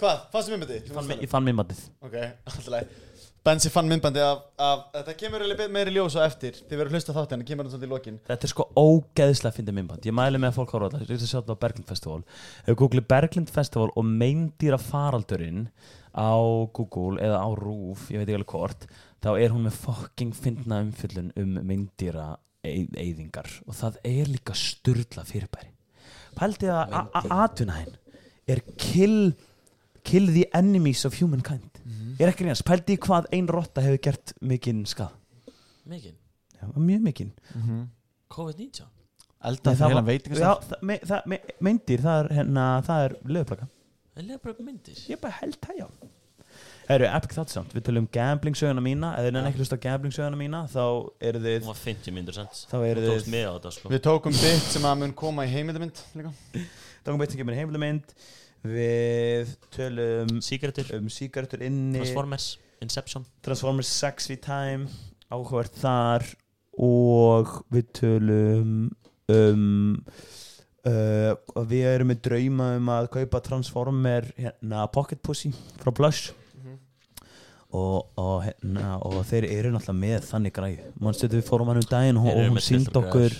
Hvað? Fannst þið myndbandi? fann, ég fann mimmandið Ok, alltaf leið Bensi fann myndbandi af, af Þetta kemur eiginlega meiri ljósa eftir Þið verður að hlusta á þáttinn, það kemur hann svolítið í lokin Þetta er sko ógeðslega fyndið minnband. Ég mæli með að fólk ára alltaf. Ég er að sjá þetta á Berglind Festival. Ef við googlið Berglind Festival og meindýra faraldurinn á Google eða á RÚF, ég veit ekki alveg hvort, þá er hún með fucking fyndna umfyllun um meindýra eyðingar. Og það er líka styrla fyrirbæri. Pældi að atvinnaðin er kill, kill the enemies of humankind. Ég er ekki reynast. Pældi í hvað ein rotta hefur gert mikinn skað. Mikið, Já, mjög mikinn. COVID-19 Nei, það Elda fyrir var- heilan veitingastað Já, það- me- það- me- meindir, það er, hérna, það er löguplaka Það lega bara upp myndir Ég bara held það, já Herru, epic þátt samt, við tölum um gambling söguna mína Ef þið nenni ekki hlust á gambling söguna mína Þá eru þið Hún var 50 myndir sent Þá eru Þú þið- tókst með á þetta sko Við tókum bit sem að mun koma í heimildamind líka Dangum beitt sem kemur heimilumynd Við tölum Sigrættur, um sígarettur inni Transformers, Inception Transformers 6 við time Áhugavert þar Og við tölum um Uh, og við erum með drauma um að kaupa Transformer hérna, Pocket Pussy frá Blush Mhm. og, og, hérna, og þeir eru náttúrulega með þannig græju mannstu þetta við fórum hann um daginn og, Þeir eru og hún með sínd snyrta okkur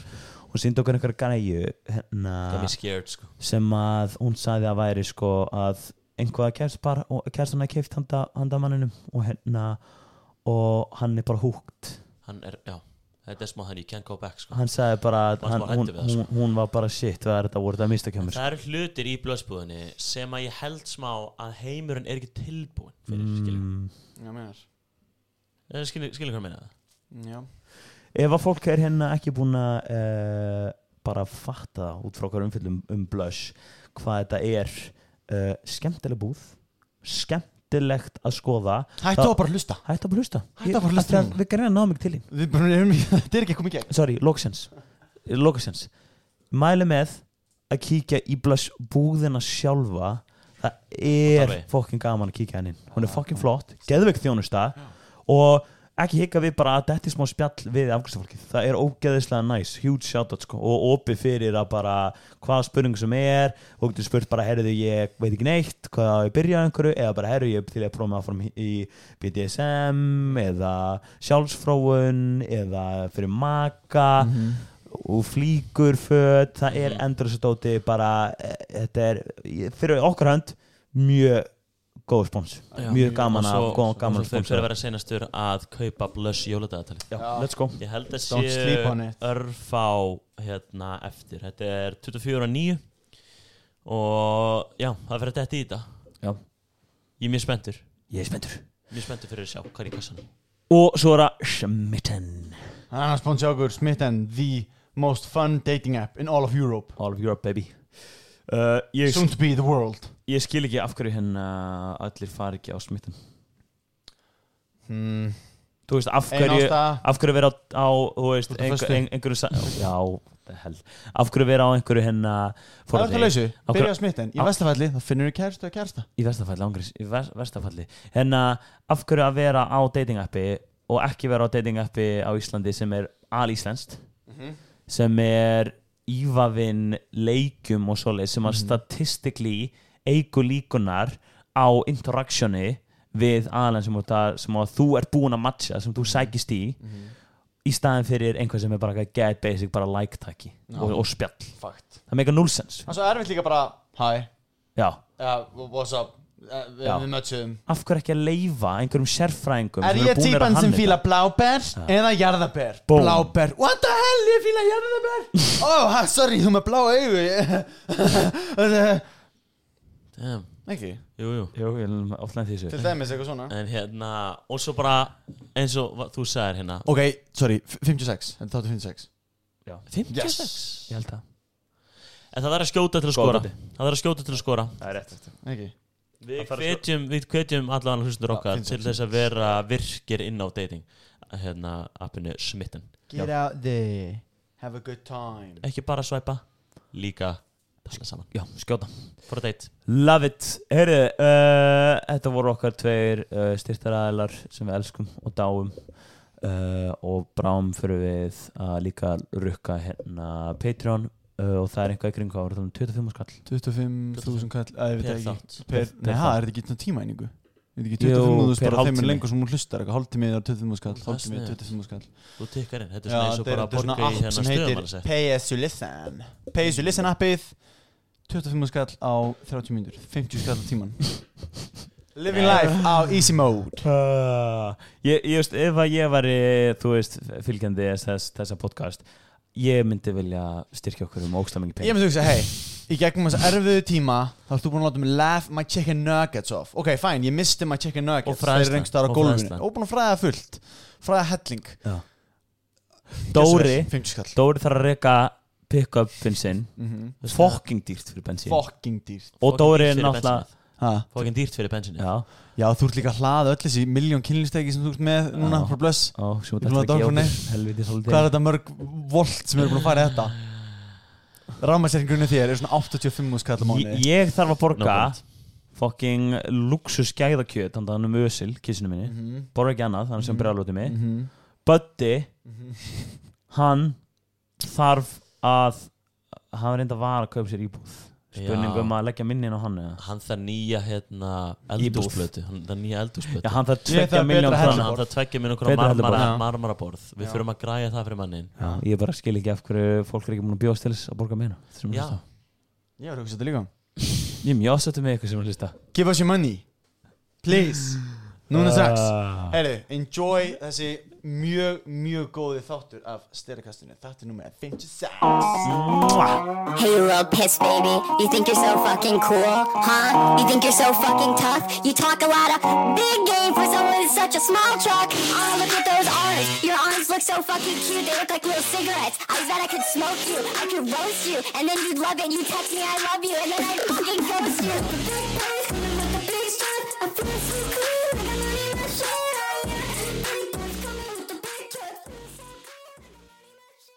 hún sínd okkur einhverja græju Það hérna, er scared sko sem að hún sagði að væri sko að einhvað kærspar og kærstan að keift handa, handa manninum og hérna og hann er bara húgt Hann er, já Þetta er smá hann, you can't go back sko hann sagði bara að Varst hann, bara hún, hræddur við það, sko? hún, hún var bara shit það er þetta voru þetta mistakjömmur Það eru hlutir í blöðsbúðinni sem að ég held smá að heimurinn er ekki tilbúin fyrir, mm. mm. Já, meinar skilur, skilur hvað meina það? Já ef að fólk er hérna ekki búin að uh, bara fatta út frá okkar umfyllum um blush hvað þetta er uh, skemmtileg búð skemmtilegt að skoða Hættu Það- að bara hlusta hættu að bara hlusta Hættu að bara hlusta Af því núna. við gerðum að ná mig til þín Við bara erum í Þetta er ekki að koma í gegn sorry, Logsens Logsens mæli með að kíkja í blush búðina sjálfa það er Ottarvegi. fokkin gaman að kíkja henni hún er fokkin flott, geðveikt þjónusta og ekki hika við bara að þetta er smá spjall við afgjörstafólkið það er ógeðislega næs, huge shoutout sko. og opið fyrir að bara hvaða spurning sem er og getur spurt bara herriðu ég veit ekki neitt hvað á ég að byrja á einhverju eða bara herriðu ég til að prófa áfram í BDSM eða sjálfsfróun eða fyrir maka og flíkur föt, það er endur þessu dóti bara, eh, þetta er ég- fyrir okkar hönd mjög góð spons, mjög gaman að góð- gaman og að svo þau fyrir að sponsa vera senastur að kaupa blush jóladagatalið Já, let's go ég held að Don't sleep on sé it. örfá hérna eftir þetta er 24 og 9 og já, það fyrir þetta í þetta Já. ég er mjög spenntur Ég er spenntur mjög spenntur fyrir að sjá hvað er í kassanum Og svo er það Smitten Hann er að sponsa okkur Smitten The most fun dating app in all of Europe All of Europe baby uh, ég, Soon to be the world ég skil ekki af hverju henn allir fari ekki á Smitten hmm. Þú veist af Ein hverju ásta Af hverju vera á, á þú veist, Þú ert á einhver, föstu. ein, einhverju sa- Já, the hell Af hverju vera á einhverju hérna henn Það er það Forðið lausu Á Byrja hverju- að smitten Í á- vestafalli Það finnur við kærstu eða kærsta Í verstafalli, ángriðs Í ver, verstafalli Henn af hverju að vera á dating appi Og ekki vera á dating appi á Íslandi Sem er alíslenskt sem er ívafinn leikjum og svoleið sem að statistikli eigur líkunar á interactioni við aðlan sem, þú ert að- sem að þú ert búin að matcha sem þú sækist í í staðin fyrir einhver sem er bara eitthvað get basic bara like takki og, og spjall Fakt það meika nullsens Það er svo erfitt líka bara Hi já uh, What's up uh, Við Já. við mötsum af hverju ekki að leifa einhverjum sérfræðingum Er sem eru ég búnir að típan sem hanna fíla þetta? bláber eða jarðaber? Búm. Bláber, what the hell, ég fíla jarðaber? Ó, oh, sorry, þú með blá augu Ég- Damn. Ekki jú, jú. jú, ég vil ofta nefna þessu Til dæmis eitthvað svona en hérna, og svo bara eins og va- þú sagðir hérna Ok, sorry, f- 56, þetta þáttu 56 56 ég held það en það þarf að skjóta til að Góð skora bati. það þarf að skjóta til að skora það er rétt Ekki Við þarf að hvetjum, við hvetjum allan hlustundur okkar finnst til það. þess að vera virkir inn á dating hérna appinu smitten Get out there, have a good time ekki bara svæpa, líka tala saman, já, skjóta for a date Love it, heyrðu uh, Þetta voru okkar tveir uh, styrtaræðilar sem við elskum og dáum uh, og bráum fyrir við að líka rukka hérna Patreon uh, og það um er eitthvað í kringu á 25 skall 25.000 kall, að ég veit Per það ekki þátt. per, Per- Nei, per það þátt. er þetta ekki svona tímæningu Er þetta ekki Jú, 25.000 per bara þeim er hálftími. lengur sem hún hlustar eitthvað hálftímið er 25.000 kall, Það er hálftímið er sniðugt. 25.000 kall Þú tikkar inn, þetta er Já, svona eins og þetta er- bara þetta að er svona borga í app hérna sem heitir stöðumannsett Pay as you listen Pay as you listen appið 25 skall á 30 mínútur 50 skall á tíman Living life á easy mode Uh, ég, ég veist, ef að ég væri þú veist, fylgjandi þess, þessa podcast ég myndi vilja styrkja okkur um ógstlega mingi Ég pening myndi hugsa, hei, í gegnum þessa erfiðu tíma þá ert þú búin að láta mig laugh my chicken nuggets off Ok, fine, ég misti my chicken Og nuggets fræðslan, Þeir eru einhverstaðar á og gólfinu fræðslan. Og búin að fræða fullt Fræða helling Já. Dóri 50 skall Dóri þarf að reka pick-upin sinn Mhm. mm fucking dýrt fyrir bensín Fucking dýrt og Dóri er náttúrulega ha. Fokkin dýrt fyrir bensinni já, Já, þú ert líka að hlaða öll þessi miljón kynlistegi sem þú ert með núna, Já. for bless ó, sem Ég ætla að dálka henni. helviti svolítið Hvað er þetta mörg volt sem eru búin að fara í þetta? Rámasæringurinn þér er svona 85 skall á mánuði ég, ég þarf að No borga comment. fucking luxus gæðakjöt þannig að hann er með ösil, kissinu minni Mhm, borga ekki annað, þannig sem Mhm. brjálóti mig mhm, Buddy, mhm. hann þarf að hann reynda að vara að kaupa sér íbúð spurning Já. um að leggja minnin á hann eða Hann þarf nýja hérna Íbúð. eldúsblötu Hann þarf nýja eldúsblötu Já, hann þarf Ég þarf tvekja betra miljón hellu. frana Hann þarf tveggja minn okkur Betra marmara, helluborð. Já. marmaraborð Við Já. þurfum að græja það fyrir mannin Já, ég bara skil ekki af hverju fólk er ekki múin að bjóðast til þess að borga meina Já, Ég var að hugsa þetta líka Ég er mjög ásættu með ykkur sem er að hlusta Give us your money Please Núna strax Ah. Heyri, enjoy þessi mjög, mjög góði þáttur af styrakastinu Þetta er nummer 56 Hey, you little piss baby. You think you're so fucking cool, huh? You think you're so fucking tough? You talk a lot of big game for someone in such a small truck. Oh, look at those arms. Your arms look so fucking cute. They look like little cigarettes. I bet I could smoke you. I could roast you. And then you'd love it. And you text me, I love you. And then I'd fucking ghost you. The big face, and then with the big strut. I feel so cool. I got money in my shirt. Oh, yeah. Big boys coming with the big truck. Feel so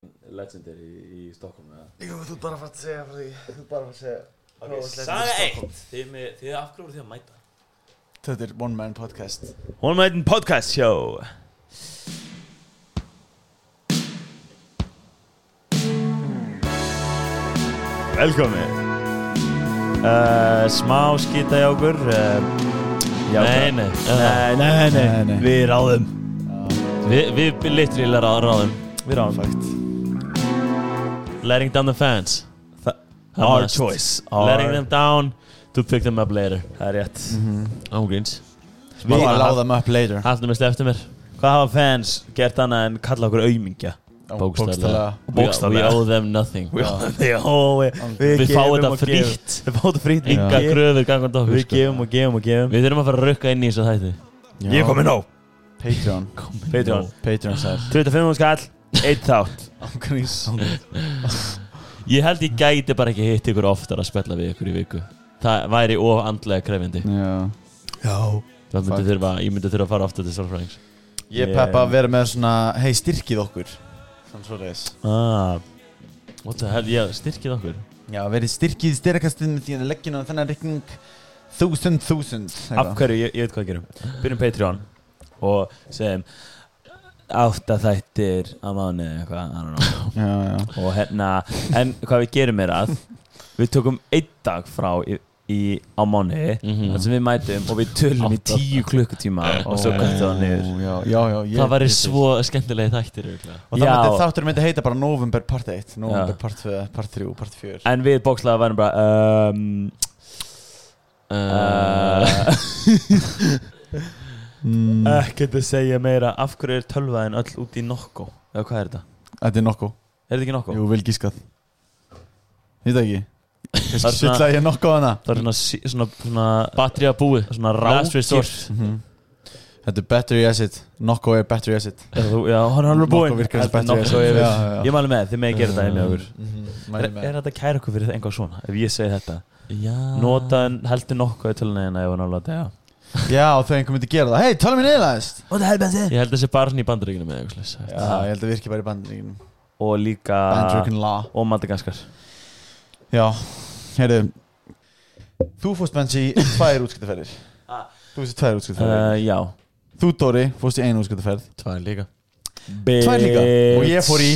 cool. Legendary í, í Stockholm eða? Jú, þú er bara að fara að segja frá því Þú er bara að fara að segja Saga 1 Þið er afgróður því að mæta Þetta er One Man Podcast One Night in Podcast Show Velkomi uh, Smá skita hjá okkur uh, já, Nei, nei, nei, uh, nei, nei, Nei, nei. Við ráðum við, við litrilega ráð, ráðum Við ráðum Fakt. Letting down the fans Það Our must. choice Letting Our, them down to pick them up later Það er rétt Ángríns Við láðum upp later Haldum við um eftir mér Hvað hafa fans gert annað en kalla okkur aumingja? Bókstaflega. We Bókstaflega. owe them nothing Já, við, við, Við fáum gefum og þetta gefum. frítt Við fáum þetta frýtt Enga kröfur gangand okkur Við sko. gefum og gefum og gefum Við þurfum að fara að rukka inn í þessu þætti Ég er komin á Patreon Patreon Patreon sæl 25 skall, eitt þátt Ángríns Ég held ég gæti bara ekki hitt ykkur oftar að spella við ykkur í viku Það væri of andlega krefindi Já Já Það myndi Fakt. þurfa, ég myndi þurfa að fara ofta til sálfræðings Ég Ég- er peppa að vera með svona Hei styrkið okkur Svona svo reis ah, What the hell, ég styrkið okkur Já verið styrkið styrakastið með því að leggja á þennan rekning Þúsund þúsund Af hverju, ég, ég veit hvað við gerum Byrjum Patreon og segjum átta þættir að mánu eitthvað, I don't know Já já og hérna, en hvað við gerum er að við tökum einn dag frá í, í á mánu Mhm. þar sem við mætum og við tölum í Átta. tíu klukkutíma og svo Ó, komum það niður Já já já ég- Það væri svo skemmtilegi þættir örugglega. Og það Já. myndi þáttur myndi heita bara November part 1 November Já. part 2 Part 3 Part 4 en við bókslega værum bara um, uh, uh, ekkert að segja meira af hverju er tölvaðin öll út í nokko eða hvað er þetta? Þetta er nokku Er þetta ekki nokko? Jú vel gískað Ég veit ekki Þarna- Kanski Sittla ég nokku á hana Það er svona sí- svona svona, Batterí að búi svona Last rákir resort Mhm. Þetta er battery acid Nokku er battery acid þú, Já, hann er alveg Nokko búinn virkar sem Þetta er battery Nokko, acid. ég Já, já, veit. já. Ég mæli með, þið með að gera þetta heim hjá okkur er, Mæli með er þetta kæra okkur fyrir einhvað svona ef ég segi þetta? Já Ah. Notaðan heldur nokko í tölunni en ef hann alveg að dega Já, og þau einhver myndi gera það Hei, tala mér niður aðeins Og það er bensið Ég held þessi barn í bandaríkinu með eitthvað slags Já, ég held að virki bara í bandaríkinum Og líka Bandaríkin law Og Madagaskar Já, heyrðu Þú fórst bensi í tvær útskiptaferðir Þú fórst í tvær útskiptaferðir uh, Eh, Já Þú, Dóri, fórst í einu útskiptaferð Tvær líka Tvær líka Og ég fór í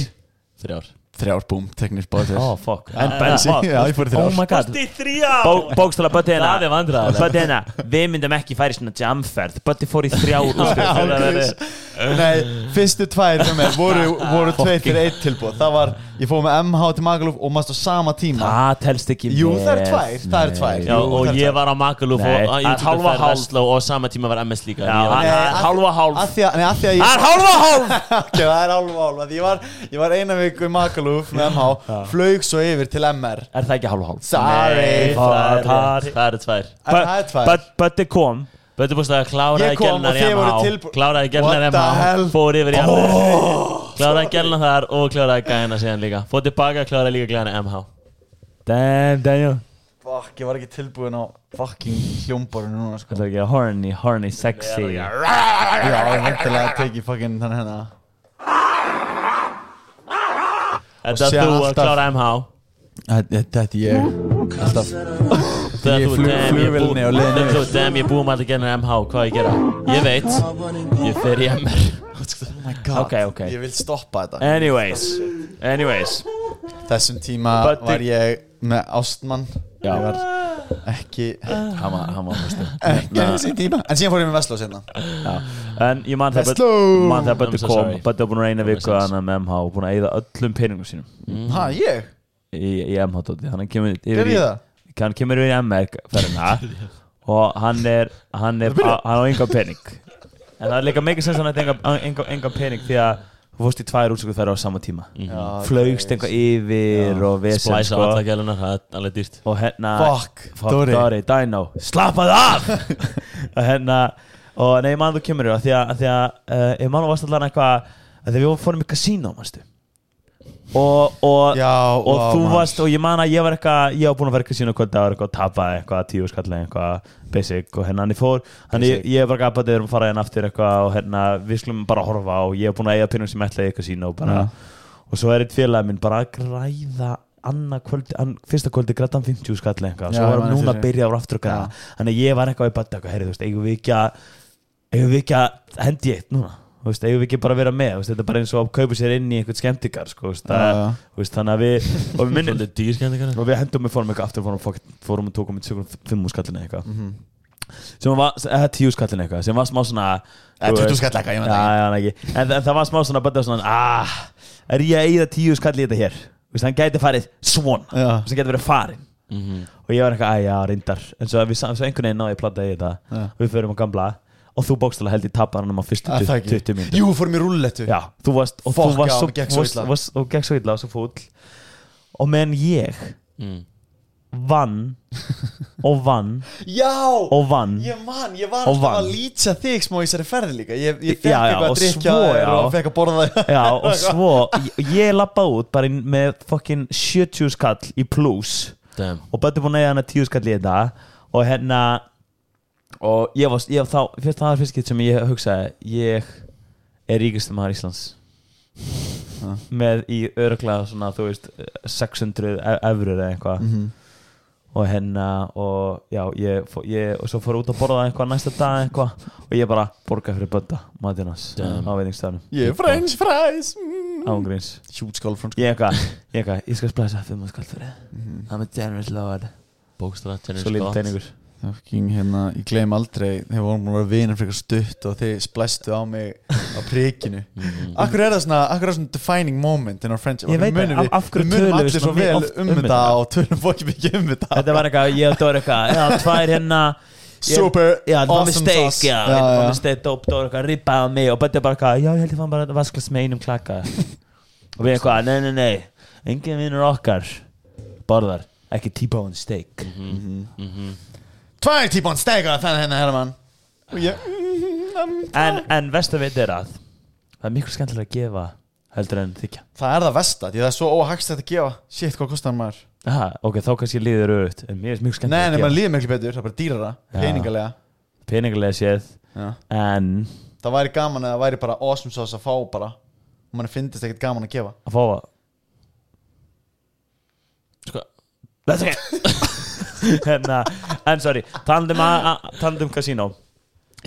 Þrjár Þrjár, búm, teknist báðið Oh fuck En bensin, já, ég fór í þrjár. Oh my god Kosti þrjá Bókstala Bötena Það er vandræðilegt. Bötena hérna. Við myndum ekki færi svona jamferð Bötti fór í þrjár úrspil Nei, fyrstu tvær hjá mér voru, voru tveir fyrir eitt tilbúð Það var, ég fóð með MH til Magaluf og maður á sama tíma Það telst ekki Jú, það er með. tvær, það er tvær. Nei. Já, Jú, og það er ég það. var á Magaluf og Nei, og það er ég hálfa hálfa hálf. Vestló og sama tíma var MS líka Já, Ég var- það er að- hálfa hálf Af því að, nei, af því að ég Það er hálfa hálf Ok, það er hálf og hálf af því Ég var, ég var eina viku í Magaluf með MH Flaug svo yfir til MR Er það ekki hálfa hálf? Sorry Nei. Það er- það er- það eru tvær En það er tvær Böt- Bötti kom Böttu bústlega kláraði Ég kom gelnar og í þið voru MH tilbú- Kláraði What gelnar í the hell? MH Fór yfir í MH Kláraði gelnar þar og kláraði gæna síðan líka Fór tilbaka, kláraði líka gæna í MH Damn Daniel Fuck, ég var ekki tilbúin á fucking hljómborinu núna sko Þetta er ekki horny, horny, sexy Já, ég er veintilega að teki fucking þannig hérna Þetta síðan þú að alltaf- klára MH Þetta er ég Alltaf Þegar Ég þú, flug- damn, ég flugvélinni á bú- leiðinni Þegar yfir. þú, damn, ég búum alltaf gennar MH, hvað ég gera? Ég veit, ég fer í MR Oh my god Ok, ok. Eh. Ég vil stoppa þetta Anyways Anyways Þessum tíma Buddy. var ég með Ástmann Já. Ég var ekki Hann var, hann var fyrstu Ekki þessum tíma En síðan fór ég með Vestló sérna En ég man það Vestló! Man það Bötti I'm so kom sorry. Bötti var búin að reyna That makes viku að hann með MH og búin að eyða öllum peningum sínum Ha, ég? í, í MH-dóti Þannig kemur yfir Gerði í ég það? Hann kemur yfir í MR-ferðina Og hann er Hann er á- Hann á enga pening En það er líka meikið sens að hann ætti enga- enga- enga pening Því að þú fórst í tvær útsöku þær á sama tíma Mhm. Já, Flaugst ok. eitthvað yfir og vesen Splæsa sko. alltaf gelnar, það er alveg dýrt og hérna Fuck, fuck Dori. Dóri. Dino slappaði af og hérna og nei, mann þú kemur þér, af því að, af því að uh, ég mann þú varst allan eitthvað af því að við fórum í kasínó, mannstu og, og, Já, og vá, þú maður. varst og ég man að ég var eitthvað ég var búin að vera í kasínó kvöldi ára eitthvað tapaði eitthvað tíu skalli eitthvað basic og hérna hann ég fór hann ég, ég var gapað þegar um að fara hérna aftur eitthvað og hérna við skulum bara horfa og ég var búin að eiga pinnum sem ætlaði í kasínó bara og svo er eitt félag minn bara að græða annað kvöldi, an, fyrsta kvöldi græða hann 50 skall eða eitthvað, Já, svo ég varum man núna eftir að því. byrja á aftur að græða þannig að ég var eitthvað í badda eitthvað, heyrðu, þú veist, eigum við ekki að eigum við ekki að hendi ég eitt núna þú veist, eigum við ekki bara að vera með, þú veist, þetta er bara eins og að kaupa sér inn í einhvern skemmtikar, sko, þú veist, Já, að, já. þú veist þannig að við, og við minnum Svolítið dýr skemmtikar og við hendum við fórum eitthvað aftur fórum, fórum, fórum og tókum í sögum fimm úr skallinu eitthvað Mhm. sem var, eða tíu skallinu eitthvað sem var smá svona Eða þú 20 veist- skall eitthvað, ég veit Já, ekki. já, nei, ekki. en, en það var smá svona bara svona, ah, er ég að eyða tíu skall í þetta hér Þú veist, hann gæti farið svona Já. Þú veist, hann gæti verið farin og ég var eitthvað, að já, reyndar en svo, við, sam- svo einhvern veginn náði ég platta í þetta Já. og við förum á gamla og þú bókstala held ég tapar hann á fyrstu Að Ah, það 20 ekki 20 mínútur Jú, fórum í rullettu Já, þú varst og Fuck, þú varst já, svo, gekk svo varst, illa. varst, og gekk svo illa og svo fúll og meðan ég Mm. vann og vann Já! og vann Ég man, ég var Og alltaf vann. að lýtsa þig smá í þessari ferði líka Ég, ég fekk Já, já, eitthvað og að drikja svo, þér já. og fekk að borða þér Já, og svo ég, ég lappaði út bara í- með fokkin 70 skall í pluss Damn og Bötti búin að eiga hana 10 skall í þetta og hérna og ég var, ég, þá, fyrst það var fyrst skipt sem ég hugsaði ég er ríkastum maður Íslands með í öruglega svona þú veist 600 e- evrur eða eitthvað og hérna og já ég, fó- ég og svo fór út að borða eitthvað næsta dag eitthvað og ég bara borgaði fyrir Bötta matinn hans Damn. á veitingstafnum Ég er french fries ángríns Hjút skálfrón ég eitthvað ég eitthvað ég skal splæsa 5 skall fyrir mm. I'm a generous lord Bókstala, svo tennir lítið teiningur Fucking hérna, ég gleym aldrei Þeir vorum búin að vera vinir frekar stutt og þið splæstu á mig á prikinu Akkur er það svona, akkur er það svona defining moment in our friendship Okkur Ég veit það, munum við- af- af hverju Við munum tölum við allir svona svo vel oft um um þetta þetta? og tölum fólki mikið um þetta Þetta var eitthvað, ég og Dóri eitthvað Já, tvær hérna ég- Super Já, það var awesome mistake sauce. Já, Já, það var já. mistake Dóp Dóri eitthvað rippaði á mig Og bætti bara eitthvað Já, ég held ég fann bara að vasklas með einum klaka Og við eitthvað, nei, nei, nei Engin vinnur okkar Borðar, ekki T-bone steak Mhm. Tvær típon stega þannig hérna Herman Og ég En, en vestu veit er að Það er miklu skemmtilega að gefa Heldur en þykja Það er það vestat, því það er svo óhagst að gefa Shit, hvað kostar maður? Aha, ok, þá kannski líður auðvitað En mér er Nei, nei, miklu skemmtilega maður að gefa líður miklu betur, það er bara dýrara Já. Peningalega Peningalega séð Já. En Það væri gaman að það væri bara awesome sauce að fá bara Og mann finnist ekkert gaman að gefa að fá að Sko, That's okay hérna, um En sorry, tandum, a, a, tandum casino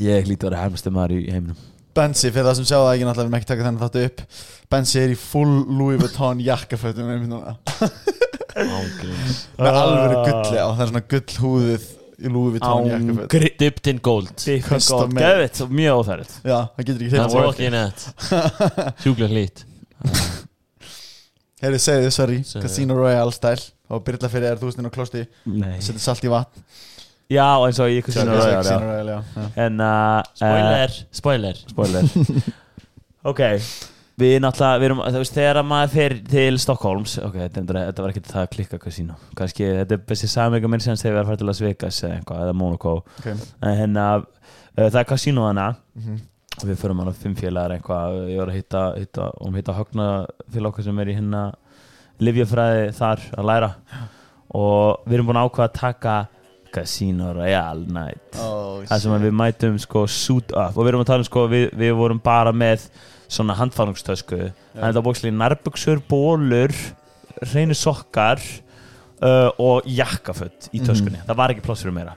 Ég hlýt að vera hermstu maður í heiminum Bensi, fyrir það sem sjá það ekki náttúrulega við erum ekki taka þennan þáttu upp Bensi er í full Louis Vuitton jakkafötum einmitt núna. Mm, Ángríns Ah. með alveg gulli á það er svona gull húðið í Louis Vuitton jakkafötum Ángríns Dipped in gold Custom made. Geðvitt, mjög óþærið Já, það getur ekki Það hreint voru ekki neitt Sjúklega hlýtt Heyrðu, segðu þið, sorry, Segðu. Casino Royale style og byrla fyrir er þústin og klosti Nei setja salt í vatn Já, eins og ég Casino Casino Royale já. Royale, já, já. En uh, Spoiler Spoiler Spoiler Ok Við náttúrulega, við erum, þú veist, þegar að maður fer til Stockholms Ok, þetta, er- þetta var ekkert það að klikka kasínu Kanski, þetta er besti samvika minn sem þegar við erum farið til Las Vegas eða eitthvað, eða Monaco Okay. En hérna, uh, það er kasínu hana Mhm. og við förum hann á fimm félagar eitthvað ég var að hitta, hitta og hitta högna félag okkar sem er í hérna livjafræði þar að læra og við erum búin að ákvaða að taka Casino Royale Night Oh, þar sem að við mætum sko suit up og við erum að tala um sko við, við vorum bara með svona handfárungstösku en þetta var bókslega nærbuksur, bólur reynu sokkar uh, og jakkaföt í töskunni það var ekki pláss fyrir meira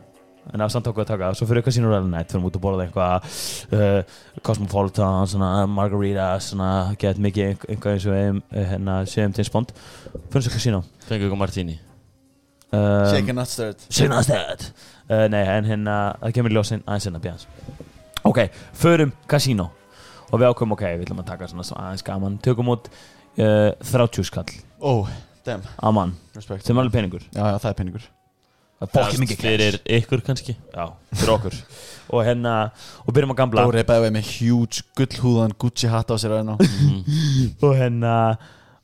en það var samt okkur að taka, svo fyrir Casino Royale Night fyrir út að borða eitthvað uh, Cosmopolitan, svona Margarita svona get mikið ein- eitthvað eins og um, hérna, séum til spond fyrir svo Casino Fengu ykkur Martini um, Shake and not stirred Sunnastæð uh, Nei, en hérna, það kemur ljósin aðeins hérna bjans Ok, förum kasínó Og við ákveðum, ok, við ætlum að taka svona svona aðeins gaman Tökum út uh, 30 skall Oh, damn, á mann respect Sem er alveg peningur Já, já, það er peningur Það er bókið mikið cash. Fyrir ykkur kannski Já, fyrir okkur Og hérna, og byrjum að gamla Dóri er bæðið með huge gullhúðan Gucci hatt á sér hérna. aðeins og Og hérna,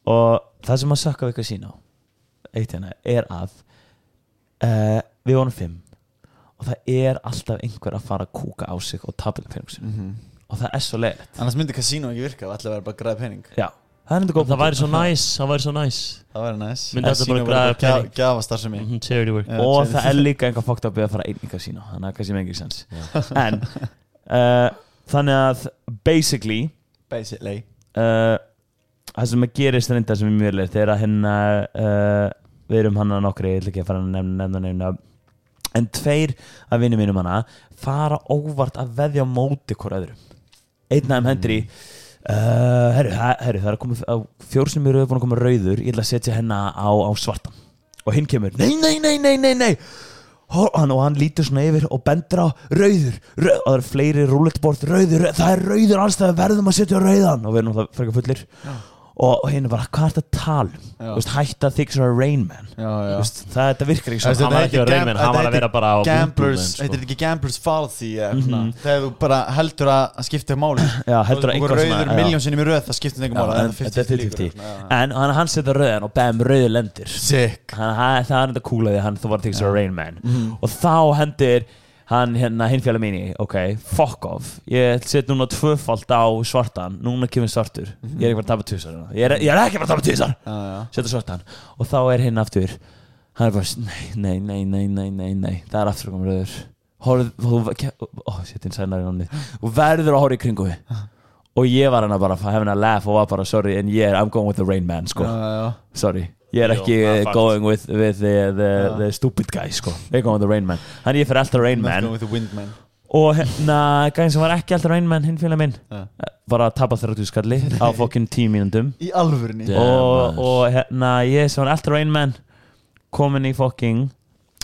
og það sem að sakka við kasínó Eitt hérna, er að uh, Við vorum fimm Og það er alltaf einhver að fara að kúka á sig Og tabla peningur sinni Og það er svo leiðilegt Annars myndi kasínu ekki virka, það ætla að vera bara að græða pening Já, það er enda góð Það væri svo næs Það væri svo næs Það væri næs Myndi þetta bara græða pening. Gjafa starfsemi Mhm, Charity work Já, Og tjá- það er líka einhver fókt að byrja að fara einn í kasínu Þannig að kannski með engin sens En uh, Þannig að basically Basically uh, Það sem að gerist reynda sem er mjög leitt Er að hérna uh, Við erum hann að nokkri Ég ætla ekki að fara að nefna nefna nefna En tveir af vinnum mínum hana Fara óvart að veðja á móti hvort öðrum Einn af þeim hendur í uh, herru, það- herru, það er að koma Fjórsnum eru búin að koma rauður Ég ætla að setja henni á, á svartan Og hinn kemur, nei, nei, nei, nei, nei, nei Hor- hann, og hann lítur svona yfir og bendur á rauður, rauð, og það eru fleiri rúlettbort rauður, rauð, það er rauður alls það verðum að setja á rauðan og við erum það frekar fullir og, og hinn er bara, hvað er þetta tal Já. Vist, um?" hætta þig svona Rain Man Já, já Vist, það, þetta virkar ekki Þetta svona hann var heitir ekki á gam- reimin, hann þetta var að heitir vera bara á Gamblers, Google, sko. heitir þetta ekki Gamblers Fallacy eða svona, Þegar þú bara heldur að að skipta máli Já, heldur Þú að einhver er svona- rauður já. miljónsinnum í röð, það skiptir Já, einhver máli en þetta er 50-50 en hann, hann setja rauðan og bæðum rauður lendir Sick hann, hann, það er þetta kúlaði hann þú var að tekja svo Rain Man og þá hendir hann hérna hinfjala mín í ok, fuck off ég set núna tvöfald á svartan núna kemur svartur, ég er ekki bara að tapa tvisar núna. ég er, ég er ekki bara að tapa tvisar setja svartan og þá er hinn aftur hann er bara, nei, nei, nei, nei, nei, nei það er aftur að koma rauður Horf, þú, ó, shit, hinn sænar í námið og verður að horfa í kringu þig. og ég var hann að bara hefna að laugh og var bara sorry en ég er, I'm going with the rain man sko sorry ég er Jú, ekki það er uh, fakt. going with, with the, the, the stupid guy sko. ég er going with the rain man hann ég fyrir alltaf rain man Windman og hérna gæðin sem var ekki alltaf rain man hinn fyrir minn eh, Já. var að tapa 30 skalli á fokkin 10 mínundum Í alvörni Yeah. og, maður. og hérna ég sem var alltaf rain man komin í fokkin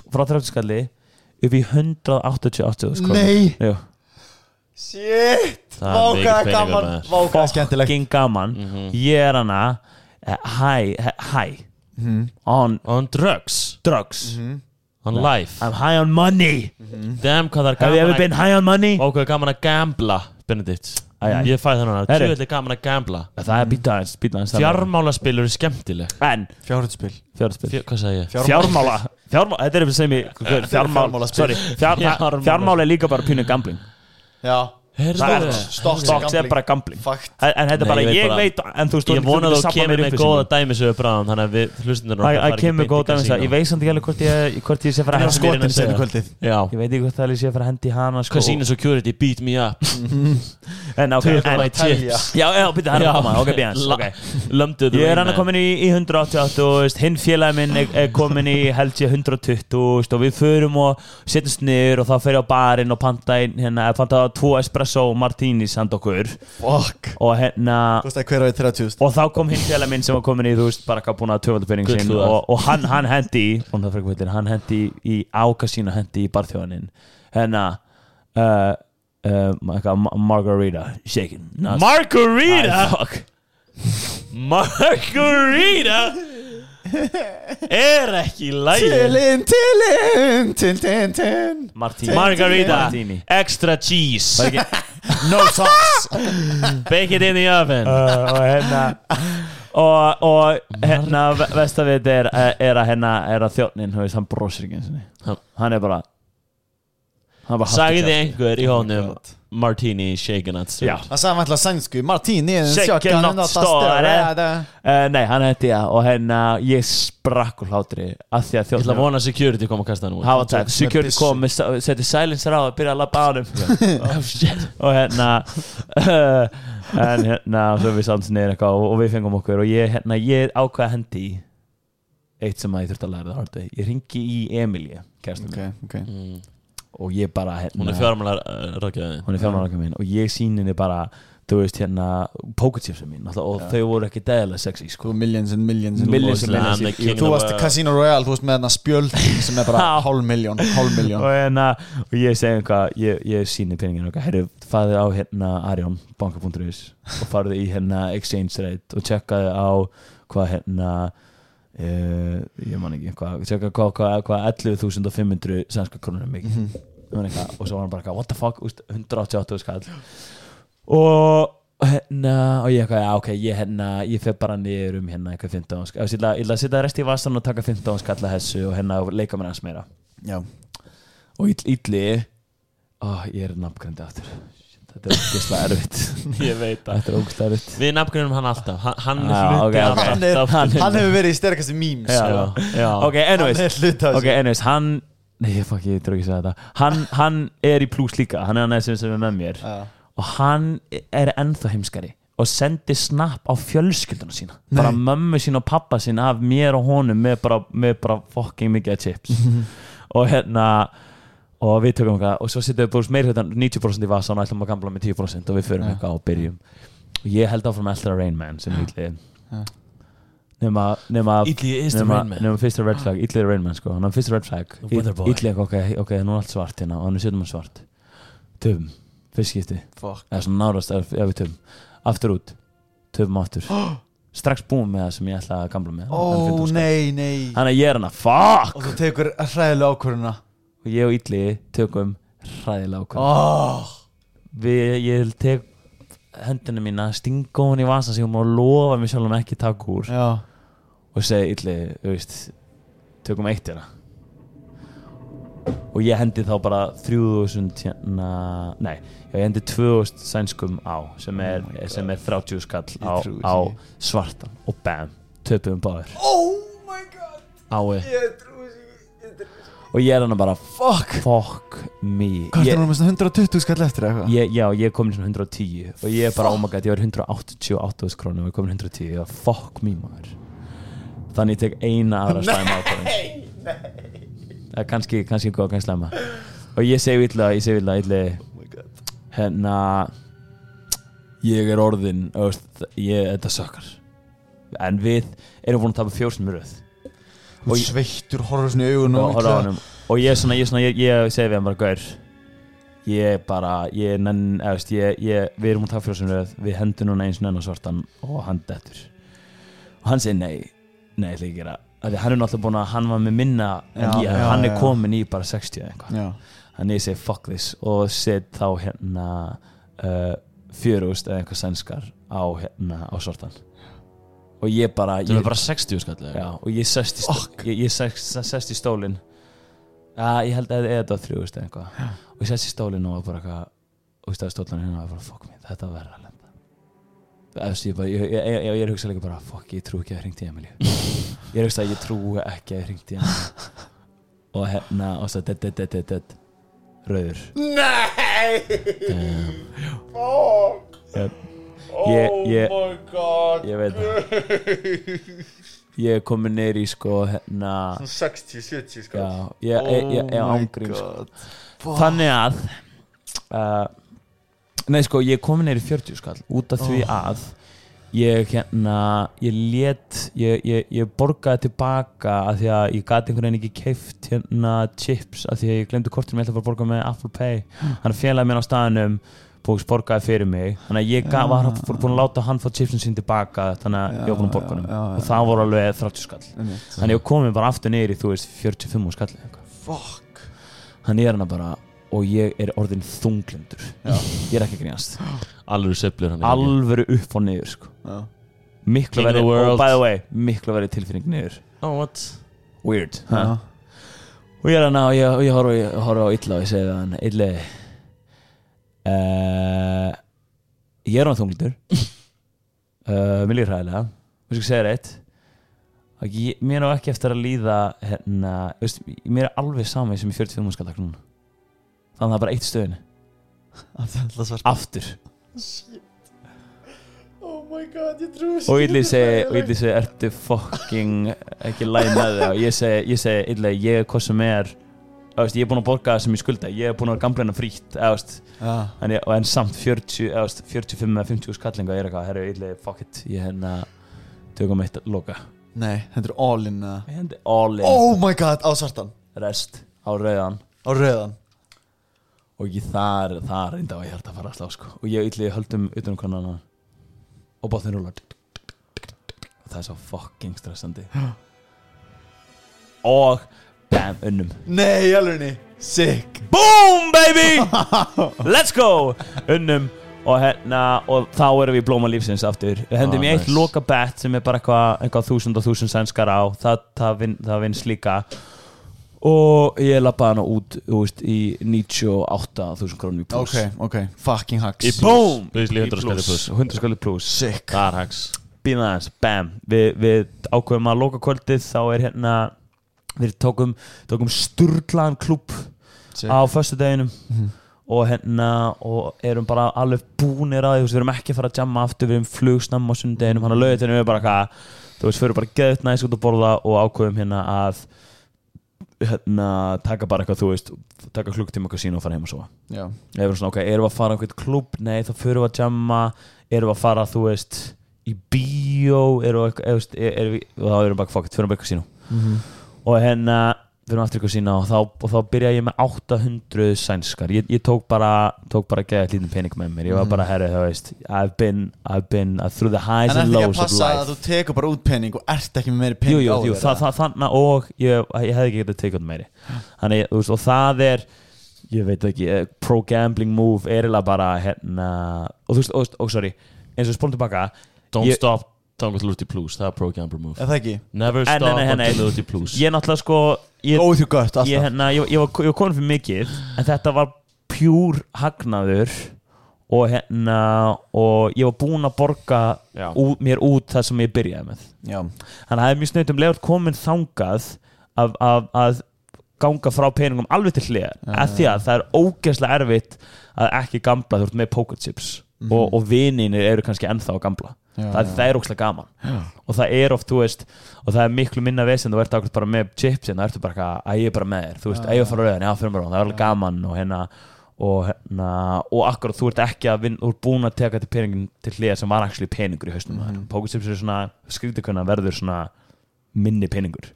frá 30 skalli upp í 188 skalli Nei. Jú. Shit Það er mikill Vákaða peningur, gaman maður. Vákaða skemmtilegt fokkin gaman Mhm. ég er hana eh, high, high Mhm. on On drugs drugs On life I'm high on money Damn hvað það er Have you gaman Oh. ever been high on money? Og hvað er gaman að gambla Benedikt Æ, æ. Ég fæ það núna Herri. Tjóðilega gaman að gambla Það er býta aðeins, býta aðeins Fjármálaspil eru skemmtileg En, Fjárhundspil fjármála Fjör, Hvað sagði ég? Fjármála, fjármála, þetta er sem ég Fjármála, fjármálaspil. sorry fjár, Fjármála. Fjármála er líka bara pínu gambling Já Það er Herðu Stocks er Stocks er gambling. bara gambling Fakt En þetta er Nei, bara, ég veit ég bara- veit En þú veist, Ég vona að getur þú safnað mér kemur með upplýsingum. góða dæmi sem við bráðum Þannig að við hlustundur Það það kemur góð dæmis það, ég veist samt ekki alveg hvort ég hvort ég sé að fara að Hann hendi er skotin Skotin í seinna senu kvöldið Já Ég veit ekki hvort það er sé að fara að hendi hana sko. Casino security beat me up En ok, Tell en my tips Já, já, býta hann Já. að koma, ok, bíðans La- Ok, Lömdu þú Ég er hann að komin í, í 188 og veist, hinn félagi minn er, er komin í held ég 120 veist, og við förum og setjumst niður og þá fer ég á barinn og panta, inn, hérna, eða panta tvo espresso espresso og martini senda okkur Fuck og hérna Kostaði hver árið 30.000 og þá kom hinn félag minn sem var komin í þú veist bara ekki búin að tvöfalda penning Gull sin þú og, og hann, hann hendi í og það frekar hann hendi í áka sína hendi í barþjóðaninn hérna uh, uh, eitthvað, ma- margarita shaken not- Æ, Margarita fuck. Margarita Er ekki í lagi Tilin, tilin, tilin, tilin, tilin martini Margarita martini Extra cheese Var ekki- No sauce Bake it in the oven uh, og hérna og, og hérna vestavit er, er að hérna er að þjóttnin veist, hann brosir ekki einu sinni. Ha. hann er bara hann bara Sagði einhver í honum Martini shaken at Já. stir Það sagði hann ætla sænsku Martini Shaken not stolen. Það Uh, nei, hann hætti ég og hérna ég sprakk úr hlátri af því að Ég ætla að þjóttnin vona að security kom að kasta hann hafa út tætt, security byssu. kom með sa- setti silencer á og byrja að labba á hann Oh shit og hérna en hérna og svo við samt niður eitthvað og, og við fengum okkur og ég, hérna, ég ákvaða hendi í eitt sem að ég þurfti að læra það hardi ég ringi í Emilie kærstum Ok, ok og ég bara hérna, Hún er fjármálar eh, rákjaði hún er fjármálaga mín og ég sín henni bara þú veist hérna pokerchipsa mín náttúrulega, og þau voru ekki dæðilega sexy sko. Þú millions and millions and Millions and millions millions. Þú varst Casino Royale, þú varst með þarna spjöld sem er bara Já. hálf miljón, hálf miljón og, hérna, og ég segi einhvað ég, ég síni peningin okkar, herru, farðu á hérna Arjón, banka.is og farðu í hérna exchange rate og tjekkaðu á hvað hérna uh, ég man ekki, hvað tjekkaðu hvað, hvað, hvað 11.500 sænska krónur er mikið Ég man eitthvað, og svo var hann bara eitthvað, what the fuck, úst, 188 skall og hérna, og ég eitthvað, já ok ég hérna, ég fer bara niður um hérna eitthvað 15 skall, ég ætla ég ætla að setja resti í vasan og taka 15 skall að þessu og hérna leika mér hans meira Já, og ill, illi oh, ég er nafngrendi aftur Shit, þetta er ógeðslega erfitt Ég veit það þetta er ógeðslega erfitt Við nafngrunum hann alltaf Hann- Hann Já, er ok, hluti ok. af hann, er, alltaf hann, hefur verið í sterkastu memes Já. ok, Hann anyways er hluta ok, anyways, hann nei, ég fuck, ég trú ekki að segja þetta hann, hann er í plus líka, hann er hann sem sem er með mér og hann er ennþá heimskari og sendi snapp á fjölskylduna sína bara mömmu sína og pappa sína af mér og honum með bara, með bara fucking mikið af chips og hérna og við tökum eitthvað og svo setjum við búist meirhjöldan 90% í vasan og ætlum að gamla með 10% og við förum eitthvað og byrjum og ég held áfram allra Rain Man sem ítli nema nema Illi is the nema, Rain Man. nema fyrsta red flag ítli er Rain Man sko hann er fyrsta red flag The Weather Boy. ítli ok ok nú er allt svart hérna og hann er setjum hann svart töfum fyrst skipti Fuck. eða svona nárast ef ef við töfum aftur út töfum aftur strax búum með það sem ég ætla að gamla með Hann er Ó 15 skall. nei, nei þannig að ég er hann að fuck Og þú tekur hræðilega ákvörðuna og ég og Ítli tökum hræðilega ákvæm oh. við, ég tek höndina mína, stinga hún í vasan sem hún má lofa mér sjálfum ekki að taka úr Já og segi Ítli, þú veist tökum eitt hérna og ég hendi þá bara 3000 hérna, nei já, ég hendi 2000 sænskum á sem Oh er, eh, sem er 30 skall á, trúi á því. svartan og bam, töpum báður Oh my god ái Ég trúi sig ég trúi sig. og ég er hann bara fuck, fuck me Hvað Ég- er það með svona 120 skall eftir eða eitthvað? ég, já, ég er komin í svona 110 og ég er bara, oh my god, ég var í 188 krónum og ég er komin í 110, ég var fuck me maður þannig ég tek eina aðra slæma ákvörðin nei, nei það er kannski, kannski góð, kannski slæma og ég segi illa, ég segi illa, illa Oh hérna ég er orðin öst, ég, þetta sökkar en við erum búin að tapa fjórsnum röð Og sveittur horfður svona í augun og horfa á honum og ég er svona, ég, er svona, ég, ég segi við hann bara gaur ég bara, ég nenn eða, veist, ég, ég, við erum úr tagfjóðsumröð við hendum núna eins og nenn á svartan og hann dettur og hann segir nei, nei ætla ekki að gera Af því hann er náttúrulega búin að hann var með minna en Já, ég, já, hann er já. komin í bara 60 eða eitthvað Já þannig ég segi fuck this og set þá hérna uh, fjörust eða einhver sænskar á hérna á svartan og ég bara Þú ég- er bara 60 skall eða? Já, og ég sest í, stó ég, ég sest, sest í stólin Já, ég held að þetta var þrjúðust eða eitthvað Og ég sest í stólin og var bara eitthvað Og ég stæði stólan hérna og var bara Fuck me, þetta var verra að lenda Það veist, ég, bara, ég, ég, ég, ég, ég er hugsað líka bara Fuck, ég trú ekki að það hringdi í Emilíu Ég er hugsað að ég trú ekki að það hringdi í Emilíu Og hérna, og svo dead, dead, dead, dead, dead Rauður Nei Fuck Ég, Oh ég, ég veit það ég er komin neyri í sko hérna 60-70 já, Oh ég, ég, ég, ég ángrín sko. þannig að uh, Nei sko, ég kom neyri 40 skall út af Oh. því að ég hérna, ég let ég, ég, ég borgaði tilbaka af því að ég gati einhvern veginn ekki keift hérna chips af því að ég glemdi kortinu ég ætla að fara að borga með Apple Pay hann félagi minn á staðanum búið borgaði fyrir mig þannig að ég gaf, var fór- búinn að láta hann fá chipsin sín tilbaka þannig að ég var búinn að borga hann já, já, og það voru alveg 30 skall Einmitt. þannig að ég komið bara aftur neyri þú veist 45 skall eða eitthvað Fuck hann er hana bara og ég er orðin þunglindur ég er ekki að grínast alveg seplur hann alvöru upp og niður sko. Já. miklu King of verið, the og world. by the way miklu verið tilfinning niður oh, what? weird Já. ha? og ég er hana og ég, og ég horfa ég horfa á illa og ég segi við hann illa uh, ég er hana þunglindur uh, mér líður hræðilega við skal segja reitt ég, mér er ekki eftir að líða hérna, veist, mér er alveg sami sem í 45 múnskaldak núna þannig að það er bara eitt stöðin Alltaf svart aftur Oh my god, ég trúi og Ylli segi, og Ylli segi ertu fucking ekki læg með það og ég segi, ég segi, Ylli, ég er hvað sem er eða, veist, ég er búin að borga það sem ég skulda ég er búin að vera gamleina frítt eða, veist, Já, en, ég, og en samt 40, eða, veist, 45 eða 50 skallinga ég er eitthvað, herru Ylli, fuck it ég hérna, tökum eitt loka nei, hendur all in uh. ég hendi all in, Oh my god, á svartan rest á rauðan Á rauðan og ég þar, þar reynda var ég held að fara að slá sko. og ég og Ylli höldum utan um hvernig annan og bátnir rúlar og það er svo fucking stressandi og bam, unnum Nei, í alvegni Sick Boom baby Let's go Unnum og hérna og þá erum við í blóma lífsins aftur við hendum Ah, í eitt nice. loka bet sem er bara eitthvað eitthva þúsund og þúsund sænskar á það, það, vin, það vins líka og ég lappa hana út þú veist, í 98.000 krónum í pluss Ok, ok, fucking hacks Í bó- Boom Basically Í 100 skalli plús. 100 skalli pluss Sick það er hags býna aðeins, bam við, við ákveðum að loka kvöldið þá er hérna við tókum, tókum sturglaðan klúb Sick. á föstudeginum og hérna og erum bara alveg búnir að því þú veist, við erum ekki að fara að jamma aftur við erum flugsnamm á sundeginum, hann að lögja við erum bara hvað þú veist, við erum bara geðut næst út að borða og ákveðum hérna að hérna, taka bara eitthvað, þú veist taka klukktíma eitthvað sín og fara heim og sofa Já, Ef við svona, ok, erum við að fara á einhvern klub? Nei, þá fyrir við að jamma Erum við að fara, þú veist, í bíó Erum við, eitthvað- eða, þú veist, er, erum við og Þá erum við bara, fuck it, fyrir við bara eitthvað sínu Mhm. Og hérna, fyrir við aftur eitthvað sína og þá, og þá byrja ég með 800 sænskar Ég, ég tók bara, tók bara að geða lítið pening með mér Ég Mhm. var bara, herri, þú veist I've been, I've been through the highs En and eftir ekki að lows of passa life að þú tekur bara út penning og ert ekki með meiri Jú, penning jú, jú, það, það, þannig og ég, ég hefði ekki getið tekið meiri Þannig, þú veist, og það er ég veit ekki, eh, pro-gambling move er eiginlega bara hérna og þú veist, og, og sorry, eins og spólum tilbaka don't Ég- stop þangar til út í plús það er pro-gambler move Er það ekki? never En, stop nei, nei, nei, nei. þangar til út í plús ég náttúrulega sko ég, Go with your gut, alltaf ég, hérna, ég, ég, var, ég var komin fyrir mikið en þetta var pjúr hagnaður og hérna og ég var búinn að borga Já. út, mér út það sem ég byrjaði með Já, þannig að það er mjög um snöytum legur komin þangað að, að, að ganga frá peningum alveg til hliðar af því að það er ógeðslega erfitt að ekki gambla þú ert með poker chips og, og vininir eru kannski ennþá að gambla Mhm. Já, það, það er ógeðslega gaman og það er oft, þú veist, og það er miklu minna vesen, þú ert akkur bara með chipsin þá ertu bara eitthvað, að ég er bara með þér, þú veist, að ég er að fara rauðan já, fyrir mér rauðan, það er alveg gaman og hérna og hérna, og akkur þú ert ekki að vinna, þú ert búin að teka til peningin til hliða sem var actually peningur í hausnum mm. poker chips er svona, skrítið hvernig að verður svona minni peningur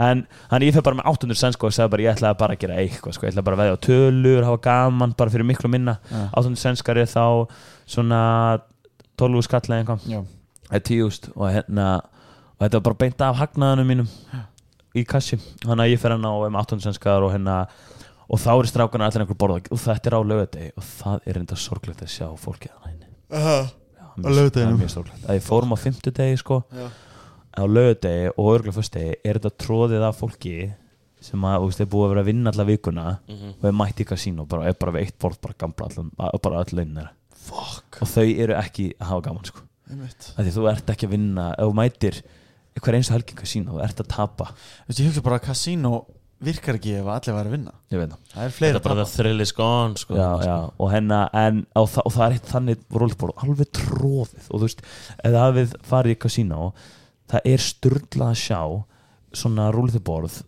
en hann ég fyrir bara með 800 sen sko og sagði bara ég ætlaði bara að gera eitthvað sko ég ætlaði bara að veðja á tölur, hafa gaman bara fyrir miklu minna, 800 senskar er þá svona 12 skall eða eitthvað já eða tíust og hérna og þetta var bara beint af hagnaðanum mínum í kassi, þannig að ég fer hérna og er með 800 senskar og hérna og þá eru strákana allir einhver borða og þetta er á lögadegi og það er enda sorglegt að sjá fólkið hann einu Á laugardeginum. mjög stórklegt að við fórum á fimmtudegi sko á lögudegi og örgulega fyrstegi er þetta tróðið af fólki sem að, þú veist, er búið að vera að vinna alla vikuna Mhm. og er mætt í kasínu og bara, er bara við eitt borð bara gamla allan, að- bara öll launin þeirra Fuck og þau eru ekki að hafa gaman sko Einmitt. að því þú ert ekki að vinna ef þú mætir hver eins og helgi kasínu og ert að tapa Þú veist, ég hugsa bara að kasínó virkar ekki ef allir væri að vinna ég veit það Það er þetta fleira er bara the thrill is gone sko. já, já, og, henna, en, og, það, og það er eitt þannig rólborð alveg tróðið og þú veist, ef það við farið í kasínó það er styrlað að sjá svona rólborð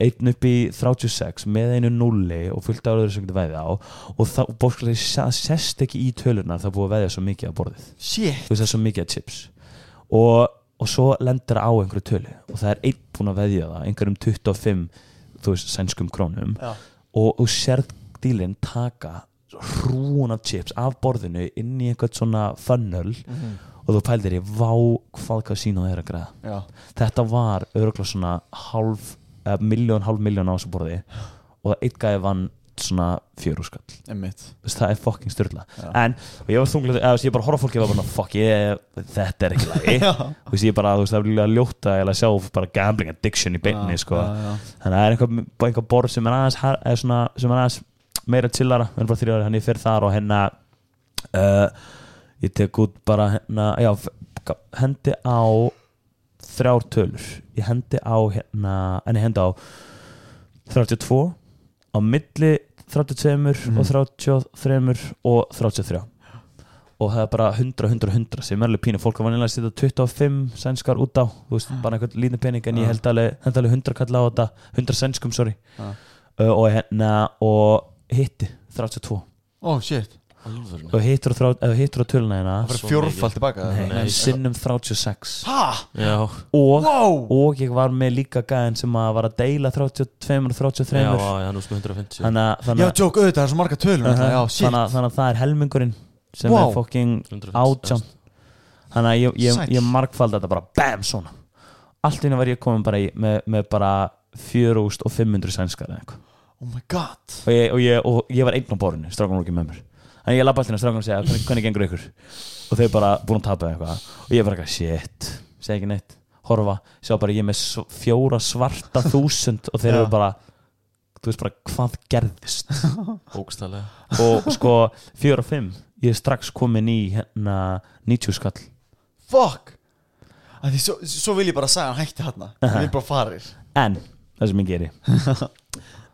einn upp í 36 með einu nulli og fullt af öðru sem getur veðið á og það bókslega sest ekki í tölurnar það er búið að veðja svo mikið á borðið Shit þú veist það er svo mikið að chips og, og svo lendir það á einhverju tölu og það er einn búin að veðja það einhverjum 25 þú veist sænskum krónum Já. og þú sérð dílinn taka hrún af chips af borðinu inn í einhvern svona funnel og þú pældir í vá hvað hvað sína það er að græða Mhm. Já, þetta var örgulega svona hálf, eh, miljón, hálf miljón á þessu borði og það eitt gæði vann svona fjörúskall, emmitt það er fucking styrla Já. en, og ég var þunglega, eða, þú veist, ég bara horf fólki og var bara, fuck, ég, þetta er ekki lagi þú veist, ég bara, þú veist, það er líka ljóta eða sjá bara gambling addiction í beinni sko. já, þannig að það er einhver, bara einhver borð sem er aðeins, har- eða svona, sem er aðeins meira chillara, en bara þrjóður, hann ég fer þar og hérna uh, ég tek út bara hérna, já, f- hendi á þrjár tölur ég hendi á hérna, en ég hendi á 32 á milli 32 og 33 og 33 og það er bara 100, 100, 100 sem er alveg pínu, fólk var vanlega að setja 25 sænskar út á, þú Ah. veist, bara einhvern lítið pening en ég held alveg, held alveg 100 kalla á þetta 100 sænskum, sorry Já. uh, og hérna, og hitti 32, Ó, shit Alvöru og hittur á, þrá- ef þú hittur á töluna hérna, Það Svo var fjórfald tilbaka Nei, nei. en sinnum 36 Ha? Já, og, Wow og ég var með líka gæðin sem að var að deila 32 og 33 já, þannig að, já, nú sko 150 Já, þannig að, joke, auðvitað, það er svo marga tölum þannig Já, að, shit þannig að það er helmingurinn sem Vá. er fucking 150, átján þannig að ég, ég, Sæll. ég markfaldi þetta bara bam svona allt inni var ég komin bara í, með, með bara 4500 sænskar eða eitthvað Oh my god og ég, og ég, og ég var einn á borðinu strákan var ekki með mér þannig að ég lappa allt inn og strákan og segja hvernig, hvernig gengur ykkur og þau bara búin að tapa eða eitthvað og ég bara eitthvað shit segja ekki neitt horfa sjá bara ég er með s- fjóra svarta þúsund og þeir Já. eru bara þú veist bara hvað gerðist Ógstælega og sko fjóra og fimm ég er strax komin í hérna 90 skall Fuck Af Því svo, svo vil ég bara sagði hann hætti hann Ég vil bara farir En, það sem ég geri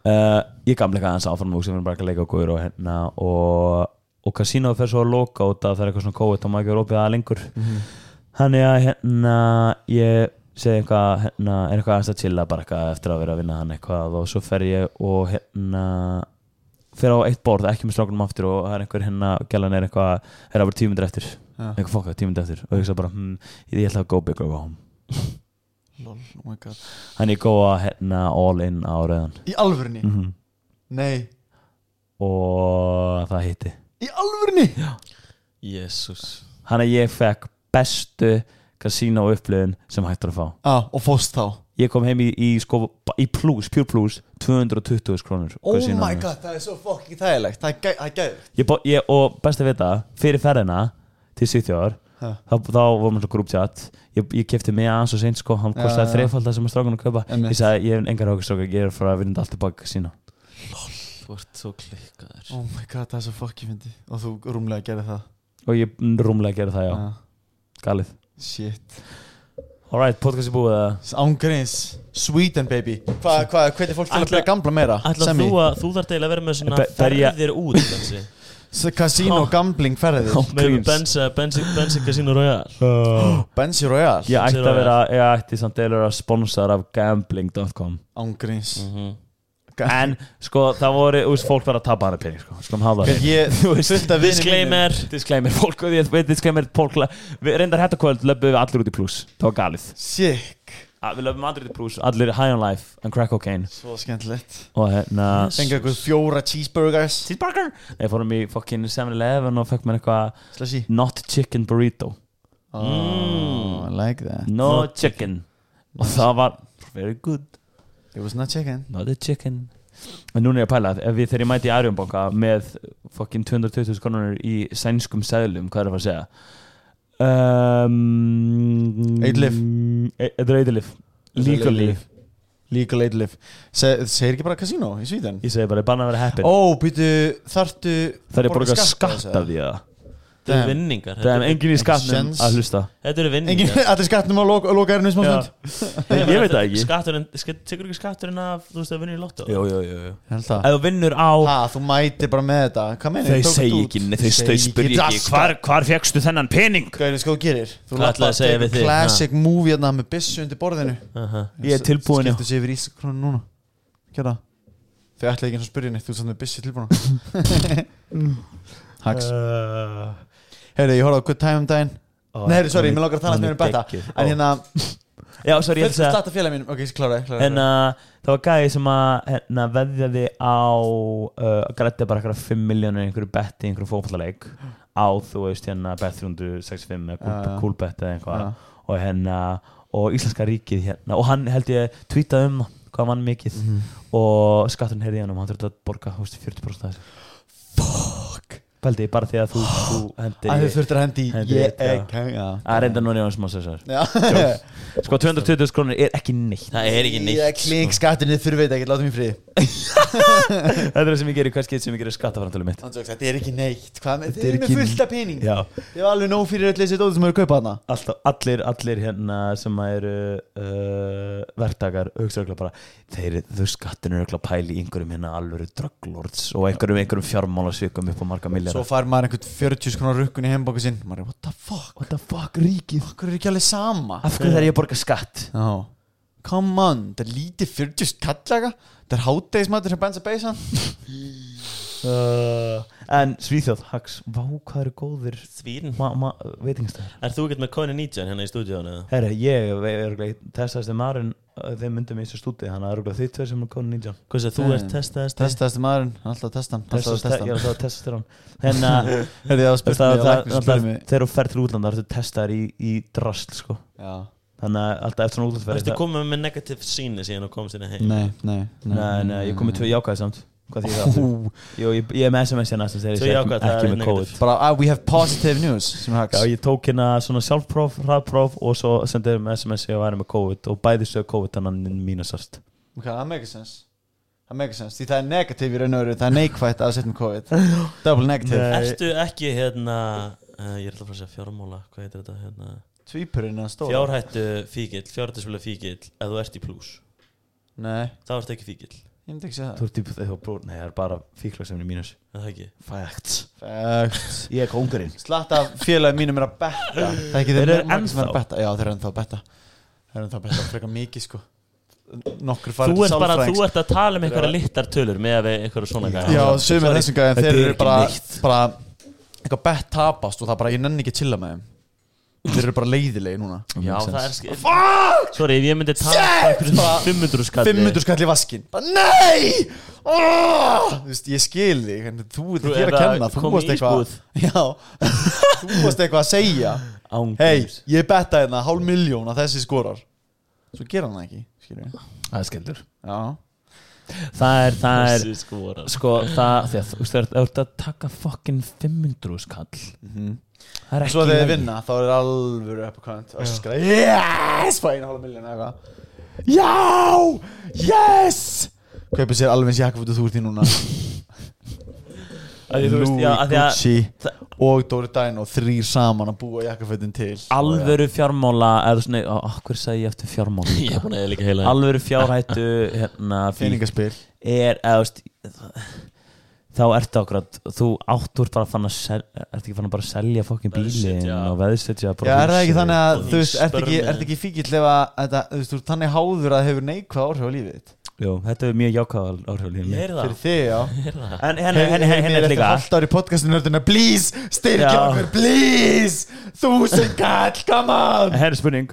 uh, Ég gamleika aðeins áfram og sem er bara ekki að leika okkur og hérna og, og kasínóðu fer svo að loka út að það er eitthvað svona kóið og maður ekki er opið að lengur Þannig að hérna ég segi eitthvað, hérna, er eitthvað aðeins að chilla bara eitthvað eftir að vera að vinna hann eitthvað og svo fer ég og hérna fer á eitt borð, ekki með strákunum aftur og það er einhver hérna, gælan er eitthvað er að vera tímyndir eftir, Já. eitthvað fokkað tímyndir eftir og ég sagði bara, hm, ég, ég ætla að go big or go home Lol, oh my god Þannig ég góða hérna all in á rauðan Í alvörni Mm. Nei og það hitti Í alvörni Jésús hann að ég fekk bestu kasína og upplöðin sem hægt er að fá Já, Ah, og fóst þá ég kom heim í, í, sko, í plus, pure plus 220 krónur Oh kasínóinu. my god, það er svo fucking þægilegt Það er gæ- það er gæður ég, bó- ég, og best að vita, fyrir ferðina til Svíþjóðar Ha. þá, þá vorum við svo grúptjátt ég, ég kefti mig aðeins og seint sko hann Já, kostaði já. þreifald það sem að strákunum kaupa Einmitt. ég sagði, ég hef engar ákveð strákar ég er að fara að vinna allt tilbaka kasína Þú ert svo klikkaður Oh my god, það er svo fucking fyndi Og þú rúmlega gerir það og ég rúmlega gera það, já, Já. galið Shit alright, podcast er búið að Ángurins Sweden baby Hvað, hvað, hvernig fólk til að Ætla- byrja gambla meira? Ætla þú að, þú þarf eiginlega að vera með svona Be- berja- ferðir út Bensi að Casino gambling ferðið Ó, Með gríns. Bensi, Bensi, Bensi Casino Royale Benzi Royal Ég ætti Zero að vera, ég ætti samt eða að vera sponsor af gambling.com Ángurins En sko það voru, úst, fólk var að tapa hana pening sko, skulum hafa það Ég fullt að vinni Disclaimer Disclaimer, fólk, ég veit disclaimer, fólk la- Við reyndar hættu kvöld, löpum við allir út í pluss Það var galið Sick Að Við löpum allir út í pluss, allir high on life and crack cocaine Svo skemmtilegt Og hérna Fengi eitthvað fjóra cheeseburgers Cheeseburger Ég fórum í fucking 7-Eleven og fekk mér eitthvað Slashy Not chicken burrito Mm. Oh, I like that No chicken Og það var very good It was not chicken Not a chicken En núna er ég að pæla, ef við þegar ég mæti í Arjónbanka með fucking 220.000 konunir í sænskum seðlum, hvað er það að segja? Um, Eitt lyf. e- Þetta er eitthlif Legal líf Legal aid live Se, Segir ekki bara casino í Svíðan Ég segi bara, ég banna að vera heppin Ó, býtu, þartu Það er borga skatt af því að Þetta eru Damn. vinningar Það er enginn í skattnum sjens. að hlusta Þetta eru Engin, vinningar allir skattnum á loka, loka erinu í smá stund Ég veit það ekki Skatturinn, sk- tekur ekki skatturinn af, þú veist, að vinna í lotto Jú, jú, jú, jú. Ég held það. Ef þú vinnur á Ha, þú mæti bara með þetta Hvað meina Þau segi ekki, nei, þau þau spyrja ekki Hvar, hvar fegstu þennan pening? Hvað er það sko þú gerir? Þú Hvað ætlaði að segja við þig? Classic movie þarna með hérna byssu undir borðinu Aha. Ég er tilbúin já. Skiptu sig yfir ískrónu núna Gerða Þau ætlaði ekki eins og spyrja neitt Þú ert samt með byssi tilbúna Hax uh, Heyrðu, ég horfði á Good Time um daginn ó, Nei, heyrðu, sorry, hann mér er- langar að tala hann með er mér betta geggjuð. Ó. En hérna, Já, sorry, ég fyrst ætla að að starta félag mín Ok, ég klára það Hérna, En uh, það var gæði sem að hérna, veðjaði á uh, grætti bara eitthvað 5 miljónur einhverju betti í einhverju fótballaleik á þú veist hérna bet 365 eða Já, kúl- já. kúlbett eða eitthvað Já. og hérna og íslenska ríkið hérna og hann held ég tweetað um það, hvað mann mikið Mhm. og skatturinn heyrði í hann um hann þurfti að borga þú veist, 40% af þessu Fuck Pældi ég bara því að þú, þú hendir Að þau þurftir að hendi í- Hendi í- Ég já. ekki Já að reynda núna í hans má sér Já sko 220 krónir er ekki neitt Það er ekki neitt Ég klink skattinu þurfið þetta ekki Látum í frið þetta er það sem ég gerir hvað skeitt sem ég gerir skattaframtölu mitt Hann sagði, Þetta er ekki neitt Hvað með Þetta Þið er eru ekki- með fullta pening já Þið var alveg nóg fyrir öll þessi dóti sem eru að kaupa hana alltaf, allir, allir hérna sem að eru uh, verktakar hugsa örugglega bara þeir, þau skattin eru örugglega að pæla í einhverjum hérna alvöru drugglords og einhverjum, einhverjum fjármálasvikum upp á marga Svo milljar fær maður einhvern 40 skrónar rukkun í heimbóku sinn Maður er, what the fuck what the fuck ríkið Akkur er ekki alveg sama af hverju þarf ég að borga skatt Já Come on Þetta er lítið 40 kallaga Þetta er hátegismatur sem bensa beisan uh, en Svíþjóð, Hax, vá hvað eru góðir Svín ma- ma- veitingastæðir Er þú ekkert með Conan Nijjan hérna í stúdíónu? herri, ég er testaðist um aðurinn þeim myndum í þessu stúti þannig að örugglega þið tveir sem er konun 19 Hvað sér, þú Nei. ert testaðist Testaðasti maðurinn hann er Alltaf að testa hann Alltaf að Testast- testa ég er hann alltaf að testa þér hann hérna, Hefði ég að Veist spurt það, mig og það, læknir það, spurði mig þegar þú ferð til útlanda þú testar í, í drast sko. Já þannig að alltaf eftir svona Þú útlandsferð veistu komið með negative síni síðan og komst inn í heim Nei, nei nei, nei, ég kom með tvö jákvæði samt hvað því það Ú, Jú, ég, ég er með SMS hérna sem segir Tvö ég sé jákvæð, ekki, það ekki er með negative. COVID Bara, ah, we have positive news Sem er Já, haks ég tók hérna svona sjálfpróf, hraðpróf og svo sendið þeir með SMS ég væri með COVID og bæði sög COVID þannig að mínu sást Ok, það make sense Það make sense Því það er negativ í raun og veru Það er neikvætt að setja um COVID Double negative Ertu ekki hérna uh, Ég er alltaf að fara að segja fjármála Hvað heitir þetta hérna? Tvípurinn að stóra Fjárhættu fíkil, fjárhættisvölu fíkil Ef þú ert í plus, Nei, þá ertu ekki fíkil ég myndi ekki segja það Þú ert í þegar bróð, nei það er bara fíklag sem er mínus Er það ekki? Facts Facts Ég er kongurinn Slatta félagi mínum er að betta Það er ekki þeir Þeir eru margir sem er að ennþá? betta Já, þeir eru ennþá að betta Þeir eru ennþá að betta frekar mikið sko Nokkur farið Þú ert bara, þú sálfræðings. ert að tala um einhverja littar tölur með við einhverja svona gæja. Já, sumir þessum gæðin Þetta Þeir er eru ekki bara, neitt. bara Eitthvað bett tapast og það bara Ég nenni ekki að chilla með þeim Þeir eru bara leiðilegi núna Já, það er skil Sorry, ef ég myndi tala um einhverjum Bara- 500 skalli 500 skall í vaskin bara nei oh! þú veist ég skil þig en þú ert Þú- ekki að eða kenna þú kom í varst eitthvað já þú varst eitthvað að segja Án hei grís. ég betta hérna hálf miljón að þessi skorar svo gera hann það ekki skilur við Það er skellur já Það er, það er Þessi skorar. sko það því að þú veist, þú ert að taka fucking 500 skall það er ekki svo þegar í þið lagi. vinna þá er alvöru uppkvæmt öskra yes fæn hálf miljón eða eitthvað já yes kaupið sér alveg eins jakkafötu þú ert í núna Af því þú veist, já, af því að Gucci það- og Dóri Dæn og þrýr saman að búa jakkafötin til alvöru fjármála eða svona, á, á, hver sagði ég eftir fjármála Ég er búin að eða líka heila alvöru fjárhættu hérna, fík Feiningaspil er eða, þú veist, það- þá ertu okkur að þú áttur bara að fann að sel, ertu ekki fann að bara selja fokkin bílin Veðsetja. og veðsetja bara Já, er það ekki húsið. þannig að og þú veist, ert ekki, spörmin. ert ekki fíkill ef að þetta, þú veist, þú ert þannig háður að það hefur neikvað áhrif á lífið þitt. Jú, þetta er mjög jákvæð áhriflíðin Ég er það fyrir þig, já en henni, henni, henni, henni eftir líka halvt ári í podcastinu hörðuna, please, styrkja Já. okkur, please þúsund kall, come on Herri spurning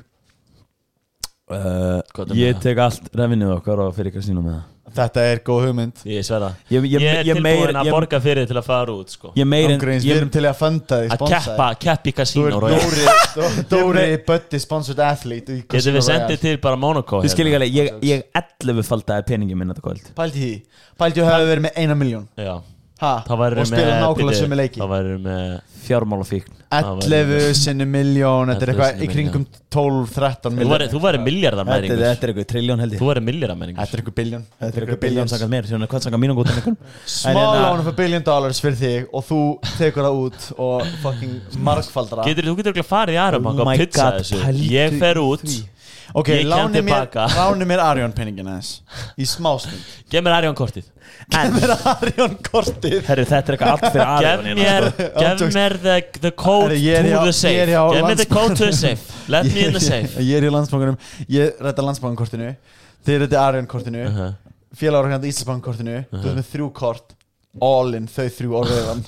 uh, Hvað er með Ég það? tek allt revinnið okkar og fyrir kasínum með það Þetta er góð hugmynd Ég sverða Ég, ég, Ég er ég, meir, tilbúin að ég, borga fyrir þig til að fara út sko. ég meir en Ángreins, við ég, erum til í að funda því, Að keppa, keppa Þú í kasínó ert Dóri, Dó- Dóri Bötti sponsored athlete í Getur Casino við sendið Royale. til bara Monaco hérna? Þú skil ekki alveg Ég, ég ellefu faldaði peningin minn þetta kvöld Pældi því, pældi því að hafa verið með eina miljón Já Ha, Þá væri og spila nákvæmlega sömu leiki Þá væri með Fjármálafíkn 11 sinni miljón þetta er 11 eitthvað sinnum í kringum 12-13 Þú væri, miljón þú væri miljardar Þetta mæringur er þetta er eitthvað triljón held ég Þú væri miljardar mæringur þetta er eitthvað biljón Þetta er eitthvað biljón sakat mér Sjónu, hvað sakat mínum góðum ykkur smá hérna- lánum fyrir biljón dollars fyrir þig og þú tekur það út og fucking markfaldra Getur þú getur ekki farið í Oh Arabank og my pizza God, þessu pældu Ég fer í út því. ok, Ég kem láni mér tilbaka. láni mér Arjón penningin aðeins í smástund Gef mér Arjón kortið En, mér Arjón kortið herri, þetta er eitthvað allt fyrir Gef aðeins mér, gef Ántjóks. mér the, the code Herri, ég er hjá- to the ég safe er hjá Gef mér the landsbankanum. code to the safe Let me in the safe ég er í landsbankunum ég rætta landsbankunkortinu þið rætta Arjón kortinu Uh-huh. félagur hann Íslandsbankkortinu uh -huh. með þrjú kort all in þau þrjú á rauðan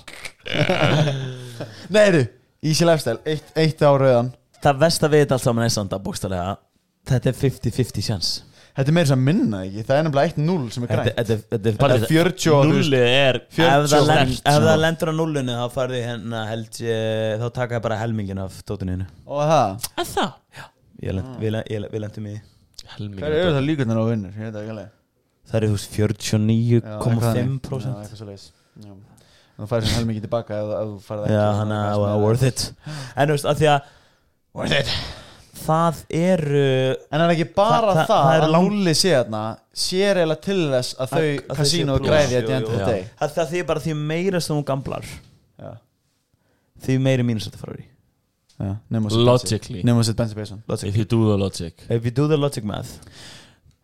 nei eru Easy Lifestyle eitt, eitt á rauðan Það versta við þetta allt saman er samt að bókstaflega Þetta er 50-50 sjans þetta er meira sem minna ekki það er nefnilega 1-0 sem er Þetta grænt þetta- þetta- það þetta- er 40 og þú veist, Nullið er Ef 40 það og- lend- ef það lendur á nullinu þá farði hérna held ég þá taka ég bara helmingin af dótuninu og það Er það? Ég lent- Mm. Við len- ég- við lendum í því. hver Helmingur eru það líkurnar á vinnur ég veit það ekki alveg Það eru þú veist Já, eitthvað þannig. Já, 49,5% eitthvað svoleiðis. Já. þú færir sem helmingi tilbaka ef, ef þú færð Já, hann er worth it En þú veist, að því að Worth it Það eru En er ekki bara Þa- það, það- það er að lang- Lulli sé þarna sér eiginlega til þess að Að- þau að þau kasínu séu græði plús, að jú, djönda jú. þetta deg að það því bara því meira sem þú gamblar því meiri mínus þetta fara í Logically Nefnum að setja Benzi Beison If you do the logic If you do the logic math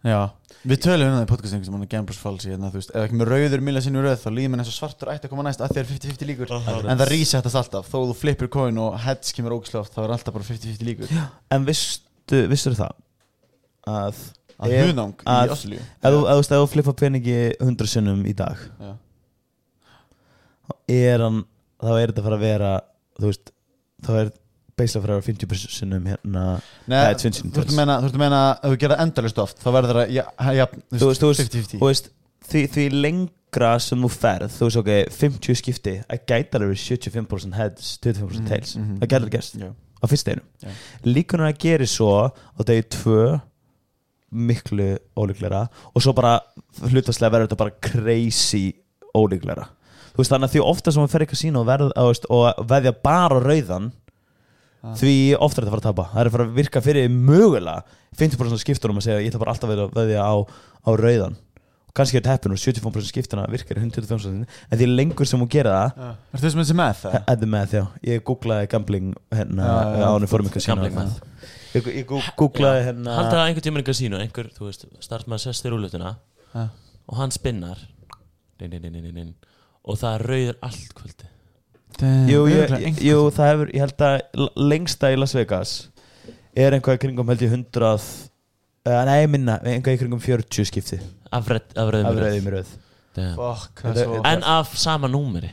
Já Við tölum um það í podcastingu sem hann er Gamblers Falsi hérna, þú veist, ef ekki með rauður milla sinni rauð þá líður mér eins og svartur ætti að koma næst að þér 50-50 líkur En það resetast alltaf þó þú flippir coin og heads kemur ógislega oft þá er alltaf bara 50-50 líkur En vistu, vistur það að Að Ef- hunang að- í Oslu ef þú- ef þú stæðu að flippa peningi 100 sinnum í dag Já. þá er hann þá er þetta fara að vera þú veist, þá er beislega fara að vera 50 sinnum hérna Nei, Það er þú 20 sinnum ert að tals. meina, þú ert að meina að þú gera endalist oft þá verður það, já, já, Þú veist, þú veist- 50-50 og veist, því, því lengra sem þú ferð þú veist ok, 50 skipti að gæta alveg 75% heads 25% Mhm, tails, mhm. það gæta alveg gæst Já. á fyrst Já. einum líkunar að gera svo á degi 2 miklu ólíklegra og svo bara hlutastlega verður þetta bara crazy ólíklegra þú veist þannig að því ofta sem maður fer eitthvað sín og, verð, að, veist, og veðja bara á rauðan því ofta er þetta að fara að tapa það er að fara að virka fyrir mögulega 50% af skiptunum að segja ég ætla bara alltaf að veðja- veðja á, á rauðan og kannski er teppin og 70% skiptuna virkar í 125% en því lengur sem hún gera það Er þú sem þessi með það? Eddi með já, ég googlaði gambling hérna Já, já, já. á henni formikun sína Gambling math. Ég, ég gú- googlaði hérna Haldið að einhvern tímann í kasínu Einhver, þú veist, starfsmæður sestir úrlutuna Ha. Og hann spinnar din, din, din, din, din, din. Og það er rauður allt kvöldi jú, ég, jú, það hefur, ég held að l- lengsta í Las Vegas er einhvað í kringum held ég 100 eða nei, minna, einhvað í kringum 40 skipti Af rauð- af af rauðum rauðum í rauð rauð Fuck, það er svo En- En af sama númeri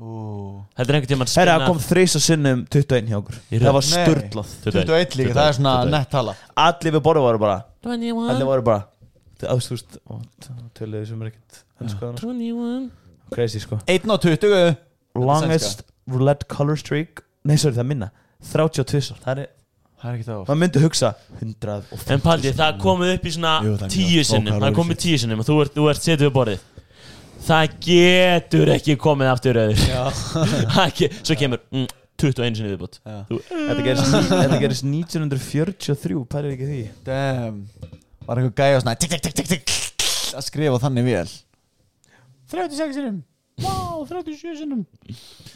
Ú. Þetta er einhvern tímann Herra, það spinnar kom þreys og sinnum 21 hjá okkur Í röð. Það var Nei. sturglað 21 líka, það er svona 21. nett tala Allir við borða voru bara Allir 21 voru bara Það ást, þú veist, ó, töluðu sem er ekkert enskaðan 21 Crazy, sko 1 og 20 Longest roulette color streak Nei, sorry, það er minna 32 Það er, Það er ekki það of maður myndi hugsa 100 og En Paldi, það komið upp Jú, í svona það er tíu mjög sinnum Það bókar komið tíu sinnum og þú ert, þú ert setið við borðið Það getur ekki komið aftur öður Svo kemur mm, 21 sinni viðbútt Þetta gerist, þetta gerist 1943 Pælir ekki því Damn Var einhver gæja og svona Tikk, tikk, tikk, tikk, tikk Að skrifa þannig vel 36 sinum Vá, 37 sinum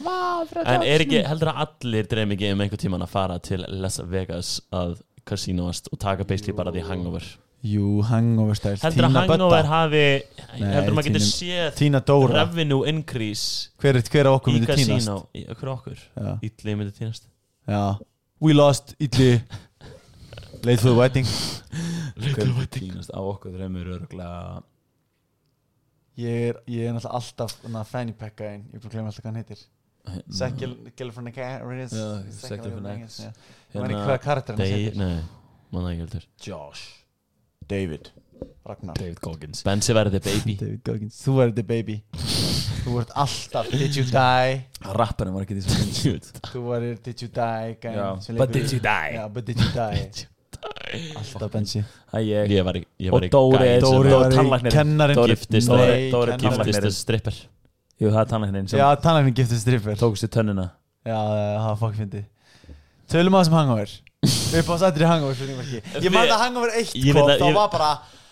Vá, 38 En er ekki, heldur að allir dreymi ekki um einhver tíman að fara til Las Vegas að kasínoast og taka basically bara því hangover Jú, hangover style Heldur að Tína hangover Bödda. hafi Nei, Heldur að maður getur Tína- séð Tína Dóra revenue increase Hver er hver af okkur í myndi tínast? kasínó Í- Hver okkur? Já. Ítlið myndi tínast Já We lost, illi Late for the wedding Hver Tínast á okkur drömmur örgulega Ég er, ég er náttúrulega alltaf na, fanny pack gæðin, ég búið að glemja alltaf hvað hann heitir Sekil, Gilfrana Garris Já, Second Friend X. Ég Hérna, veit ekki hvað karakterinn hans Day, heitir nei, mann það ekki heldur Josh David Ragnar David Goggins Bensi verði baby David Goggins Þú ert the baby Þú ert alltaf Did you die Rapparinn var ekki því sem Þú ert Did you die gæn, Já, sem but leikur did í- you die? Já, But did you die Alltaf bensi Ég Ég var í ég Og var í Dóri gæi er sem Dóri var- er tannlæknir Kennarinn Dóri Giftist- Dóri Nei, Dóri er kennarinn. tannlæknir Giftist að stripper Jú, það er tannlæknirinn sem Já, tannarinn giftist stripper Já, tókst í tönnina það var fokk fyndi Tölum að sem hangover Við báðum sættir í hangover spurningmarki Ég man Við- það hangover eitt Ég veit kom að- Það ég- var bara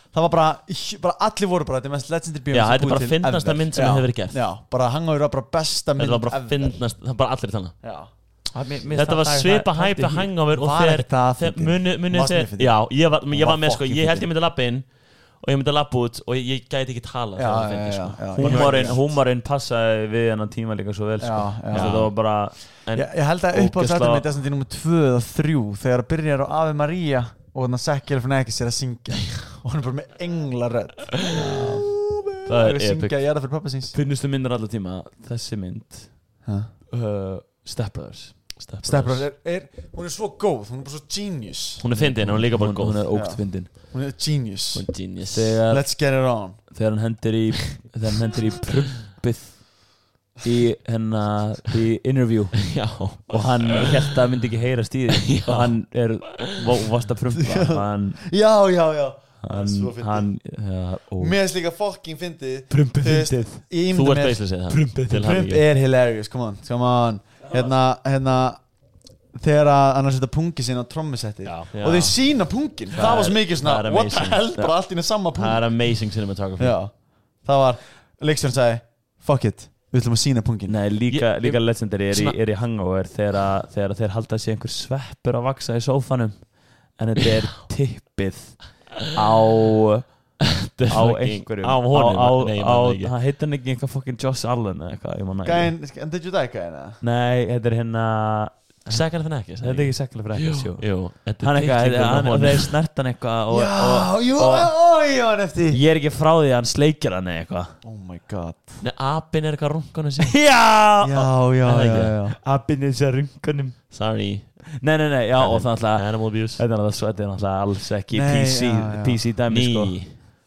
Það var bara, bara, allir voru bara, þetta er mest legendary bíómynd Já, sem þetta er búin bara til fyndnasta ever. mynd sem Já, hefur verið gert. Já, bara hangover var bara besta mynd Þetta var bara ever. finnast Það var bara allir þannig Já, Þetta var svipa hæp við hangover og Var þegar ekki það þegar- fyndið? muni- munið Varst mér þegar fyndið? Já, ég var, ég Var var með sko fucking Ég held fyndið. ég myndi lappa inn og ég myndi lappa út og ég, ég gæti ekki Já, tala þegar já, það fyndi já, sko já, já. Húmarinn húmarinn passaði við hennan tíma líka svo vel sko. Já, já. Þú veist, Það var bara Ég, ég held að upp á Ógeðslega- sættum mitt þessum til nummið 2 eða 3 þegar það byrjar á hérna Ave Maria og þannig að Sekkel fyrir nekis er að syngja og hann er bara með englarödd Það er að epic syngja jæra fyrir pappa síns Finnustu myndir allar tíma Þessi mynd Ha? uh, Step Brothers Step Stefbrás er, er, hún er svo góð, hún er bara svo genius Hún er fyndin en hún er líka bara Hún, góð hún er ógst Já. fyndin Hún er genius Hún er genius þegar, Let's get it on þegar hann hendir í Þegar hann hendir í prumpið Í hennar Í interview Já Og hann held að það myndi ekki heyrast í því Og hann er Vasta prumpa Hann Já, já, já Hann Svo fyndið. Hann ja, ó, Mér finnst líka fucking fyndið Prumpi Þú veist, fyndið Ég Þú ímynda ert mér- beislega segið Prumpið. Til hann Prump er hilarious, come on, come on. Hérna, hérna Þegar að hann er að setja pungi sinna á trommisetti Já. Og þeir sína pungin Það var svo mikið það svona, er what the amazing. hell Bara allt í einu sama Það pung er amazing cinematography Já, það var Leikstjórn sagði, fuck it Við ætlum að sína pungin Nei, líka, Ég- líka legendary er, Svona- í, er í hangover þegar, að- þegar að þeir halda að sé einhver sveppur að vaksa í sófanum en þetta er tippið á á einhverjum Á honum á, Nei, á, ég man það á, ekki hann heitir hann ekki einhver fucking Josh Allen eða eitthvað, ég manna ekki Gæin, and did you die gæin eða? Nei, þetta er hérna Sækara fyrir ekki þetta er ekki sekkilega fyrir ekki sjó Jú þetta hann er eitthvað, titlingur á hann, og honum. þeir snert hann eitthvað og, Já, og, jú, og, ó, ég var eftir ég er ekki frá því að hann sleikir hann eða eitthvað Oh my god Nei, apinn er eitthvað rungunum sér Ah, Já, Já, já, já, það ekki? já abinn þessi að rungunum Sorry Nei, nei, nei, já, og það alltaf Animal abuse Þetta er náttúrulega, þetta er náttúrulega alls ekki Nei, PC, já, já. PC dæmi Ný sko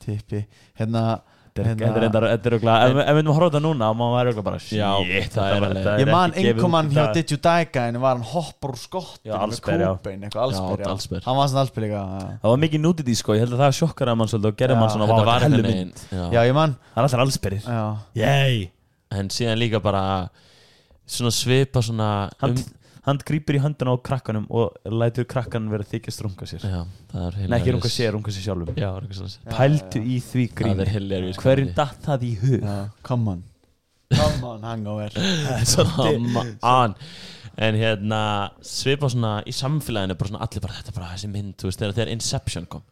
Tippi, hérna Þetta er- Þetta er reyndar, þetta er okkur Ef ef við myndum að horfa á þetta núna þá má maður okkur bara shit, Já, þetta það er var- alveg- þetta Ég er man ekki gefið innkoman út í hjá dag. Did You Die gæin var hann hoppar úr skottinu Já, allsber, já. með kóbein, eitthvað allsber, Já, allsber. Hann var svona allsber líka já. Það var mikið nudity sko, ég held að það sjokkaraði mann svolítið og gerði Já, mann svona Þetta var hellu henni mynd já, ég man Það er alltaf allsperir já. Yey En síðan líka bara Svona svipa svona Hann, um, hann grýpur í höndina á krakkanum og lætur krakkan vera að þykjast runga sér Já, það er hilarious Nei, ekki runga sér, runga sér sjálfum Já, runga sér Pældu í því Það er gríni hilarious Hverjum datt það í hug? já, come on Come on, hangover Svona an En hérna svipa svona í samfélaginu Bara svona allir bara þetta er bara þessi mynd Þú veist þegar þegar Inception kom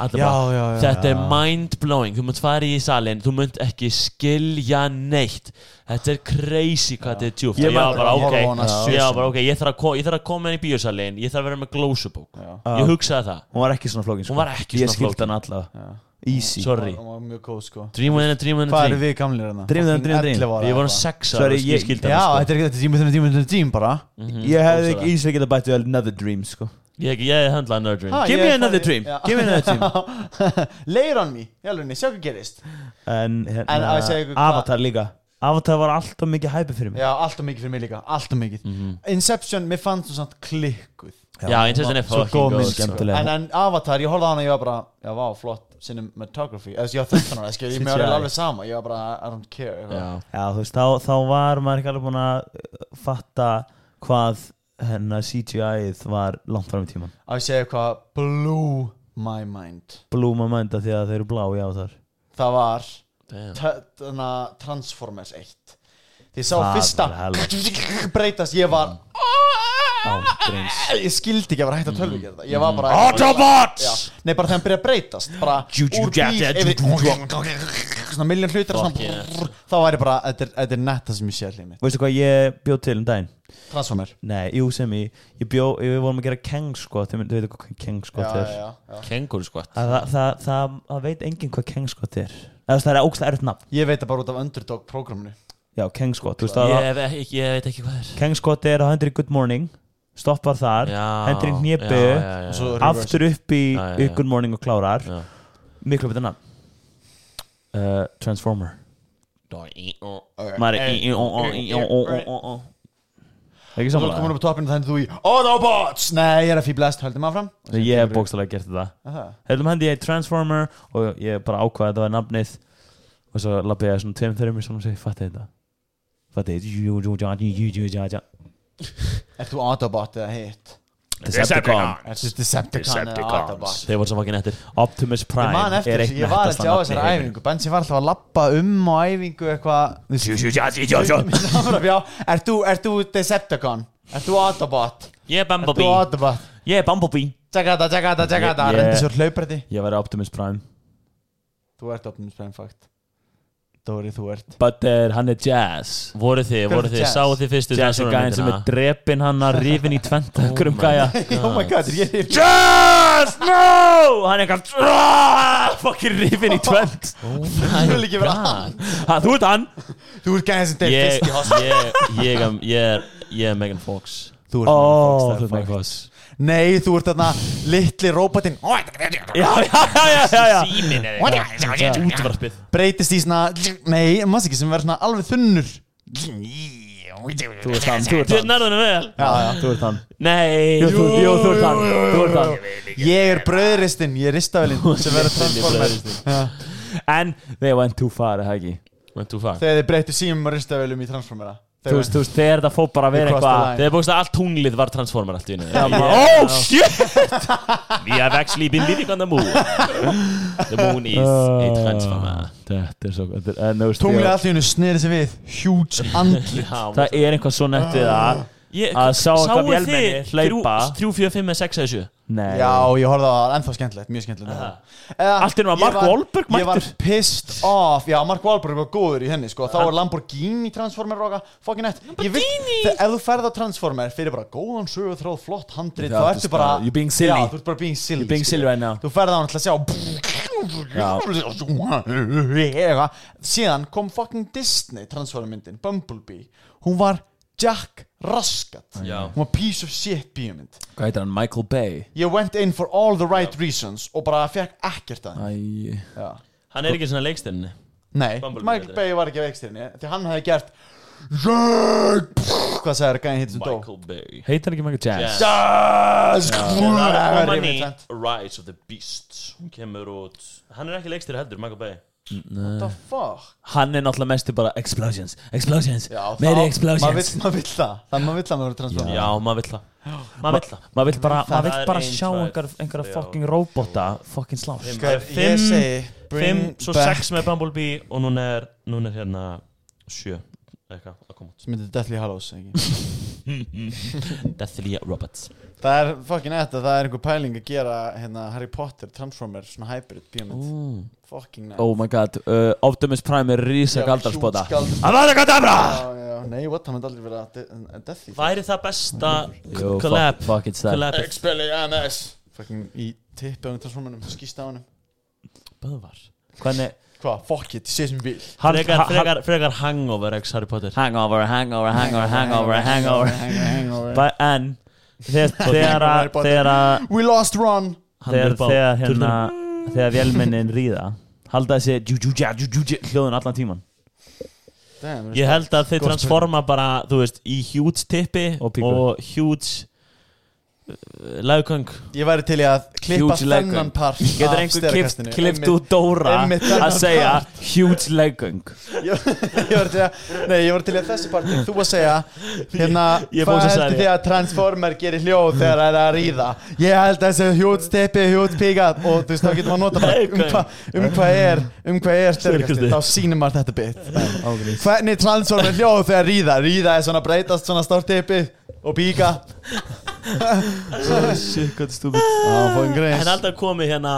Allir Já, bara já, já Þetta er já. mind blowing, þú munt fara í salin Þú munt ekki skilja neitt Þetta er crazy hvað þetta er djúft Ég Ég var var bara að horfa á hana ok, sjö ég, var sinnum. bara, okay ég, þarf að ko- ég þarf að koma inn í bíósalin Ég þarf að vera með glósubók Já. Ég hugsaði það Hún var ekki svona flókin sko. Hún var Ég ekki svona skildi flókin. hann allavega Já. Easy Sorry Hún var mjög góð sko Dream within a dream within a Hvað eru dream við gamlir hérna? Dreymdu um draum, dreym. Við Við vorum sex ára Sorry, og ég ég- skildi Já, hann þetta er ekki þetta tími, þetta tími, þetta tími bara Mm, Ég hefði ekki íslega getað bættu Another Dream sko Ég hefði handlað another dream Ha, Give ég- me another dream, Já. give me another dream Layer on me, jálunni, sjá hvað gerist En hérna En á ég að segja ykkur hvað- Avatar líka Avatar var alltaf mikið hæpi fyrir mig Já, alltaf mikið fyrir mig líka, alltaf mikið Mhm. Inception, mér fannst þú samt klikkuð Já, Inception er Svo fucking góð góð, mynd sko. skemmtileg. en, en Avatar, ég horfði á hana og ég var bara Já, vá, flott cinematography Eða, þú veist, Ég var 13 ára, skil, ég mér var CGI. eiginlega alveg sama Ég var bara, I don't care eitthvað. Já, Já, þú veist, þá, þá var maður ekki alveg búin að uh, fatta hvað hérna, hennar CGI-ið var langt fram í tíman Á ég segja eitthvað, blew my mind Blúma mænda því að þeir eru blá í Avatar Það var damn. t- þarna, Transformers 1 Því ég sá Það er fyrsta breytast Ég var, eh, Ángreins ég skildi ekki að vera hægt að tölvi gera það Ég var bara Autobots! Já, nei, bara þegar hann byrja að breytast Bara úr bíl yfir Svona miljón hlutir og Fucking svona, brrr, Þá væri bara, þetta er- þetta er netta sem ég sé allir mitt Veistu hvað ég bjóð til um daginn? Transformer Nei, jú sem ég Ég bjóð, við vorum að gera kengskott Þú veit hvað kengskott er já, já. Kenguru skvatt Það, það, það, það, það veit enginn hvað kengskott er Eða þú veist, Það er ógstlega erfitt nafn Ég veit það bara út af Underdog prógraminu Já, kengskott, þú veist það Ég hef ekki- ég veit ekki hvað er Kengskott er að hendur í Good Morning Stoppar þar, Já, hendur í hnébu já, já, já. Og svo reverse. Aftur upp í Já, já, já. Good Morning og klárar Já. miklu betur nafn uh, Transformer maður er í- í- ó- ó- í- ó- ó- ó- ó- ó. ekki Þú komin samanlega upp á toppinu þannig þú í Autobots Nei, ég er að fýblast, höldum áfram ég hef bókstæðlega gert þetta Aha. heldum hendi ég Transformer og ég bara ákvaði að þetta var nafnið og svo lappi ég svona tveim þreim og segi fatti þetta fatti þetta Ert þú Autobot eða hitt? Decepticon Ert þú Decepticon eða Autobot? Þeir voru svo fucking eftir Optimus Ég man Prime eftir er þessu, eitt ég var alltaf nettasta á nafn í þessari heiminum. æfingu Bensi var alltaf að lappa um á æfingu eitthvað Þú veist, Þetta minn namra, já. Ert þú, ert þú Decepticon? Ert þú Autobot? Ég er Ert þú Bumblebee Autobot? Ég er Bumblebee Tjekka þetta, tjekka þetta, tjekka þetta Ég- Rendi svo hlauprætti ég væri Optimus Prime Þú ert Optimus Prime fakt Dóri þú ert But uh, hann er Jazz Voru þið, Hver voru er þið, Jazz? sáu þið fyrstu Jazz er gæðin sem er drepin hann að rifin í tventa Hverjum my gæja Oh my god, ég er Jazz, no Hann er eitthvað "Ah, Fucking rifin í tvent Ég vil ekki vera Ha, Þú ert hann Þú ert gæðin sem deyr Ég, fyrst í hospital ég, ég, am- ég er, ég er Megan Fox Þú Ó, Megan Fox, það þú er ert Megan Fox fucked. Nei, þú ert þarna litli róbotinn Já, já, já, já, já, já. Símin er Útvarpið Breytist í svona Nei, maður ekki sem verður svona alveg þunnur Þú ert hann, þú ert hann Nærðunum vel Já, já Þú ert hann Nei Jú, þú- jú, þú ert hann, þú ert hann Ég er bröðristinn, ég er ristavelin sem verður transformer Já. En they went too far, eða ekki Went too far Þegar þið breyttu símum og ristavelum í transformera Þú veist, þú veist, þegar það fór bara að vera You crossed the eitthvað line. Þegar bókst að allt tunglið var Transformer allt í einu Oh shit We have actually been living on the moon The moon is a Transformer Ah, Þetta er svo þetta er- eh, en þú veist, Tunglið ég- allt í hennu sneri sér við Huge andli Já, Það er eitthvað svo nett við það ég, að sá Sáu eitthvað vélmenni þið hlaupa 3, 4, 5, 6 eða 7 Nei Já, ég horfði á það ennþá skemmtilegt, mjög skemmtilegt Eða, Allt í einu var ég Mark Wahlberg Ég var mættur. pissed off, já Mark Wahlberg var góður í henni sko. Þá er Lamborghini Transformer roka Fucking nett Lamborghini Ef þú ferð á Transformer fyrir bara góðan sögu þróð flott handrið Þá Já, þú ertu veist bara bara, you're being silly. Já, þú ert bara being silly Being silly skilur. right now. Þú ferð á hann til að sjá Eitthvað. Síðan kom fucking Disney Transformer myndin, Bumblebee Hún var Jack Raskat Já. Hún var piece of shit bíumind Hvað heitir hann? Michael Bay Ég went in for all the right reasons og bara fekk ekkert að henni Æ Já. Hann er ekki svona leikstinni Nei, Bumblebee Michael heldur. Bay var ekki að veikstirni því hann hefði gert Jack hvað sagði það gæði hitt sem dó Michael Bay Heitir hann ekki Michael Jazz? Jazz Jack Romani Rise of the Beast Hún kemur út Hann er ekki leikstir heldur, Michael Bay What the fuck Hann er náttúrulega mestu bara Explosions, explosions, Já, þá- meiri Maður explosions vill- maður vill það Það maður vill það maður er transformer Já, maður vill það Maður vill það Maður vill bara, Það maður vill er bara ein, sjá tvær, einhver, einhverja þrjá. fucking robota fucking slást Fimm. Skal- Ég Fimm- segi bring 5, svo back- 6 með Bumblebee og núna er, núna er hérna 7 eitthvað að koma út sem heitir Deathly Hallows ekki? Deathly Robots Það er fucking þetta Það er einhver pæling að gera hérna, Harry Potter Transformer svona hybrid bíómynd Fucking nett Oh my god, uh, Optimus Prime er rísa Já, galdarspota huge galdurs- Avada Kedavra Já, já, Nei, what, það myndi aldrei vera de- Deathly Væri það besta Jú, fuck- collab Fuck it's that collab Expelliarmus Fucking í tippi á hann transformunum, skýst á hann Böðvar Hvernig Hvað, fuck it, ég sé sem bíl Hann- Frekar, ha- frekar, frekar hangover ex Harry Potter Hangover, hangover, hangover, hangover, hangover hangover Ba- En Þegar þegar að Harry Potter. Þegar að We lost Ron Hann Þegar er upp á þegar hérna turnunum. Þegar vélmennin ríða Halda þessi Jújúja, jújúja Hljóðun allan tíman Damn, Ég held að þeir Gott transforma bara, þú veist, í huge tippi Og píku. og huge uh, lagköng ég væri til í að klippa Huge leg þennan gun. part Getur af einhver klift, stærakastinu. klift Einmitt. úr Dóra einmitt þennan Að segja Huge leggöng Ég ég væri til í að, nei, ég væri til í að þessi part Þú að segja, hérna Ég- ég er búinn Hvað að heldur segja. þið að Transformer gerir hljóð þegar það er að ríða Ég held að þessi hjúts tippi, hjúts píka Og þú veist, þá getur maður nota bara um hvað um hva er, um hvað er stærkastin Þá sýnir maður þetta bit Hvernig transformer hljóð þegar ríða Ríða er svona breytast svona stórtipi Og píka Shit, hvað er stúbid En alltaf komi hérna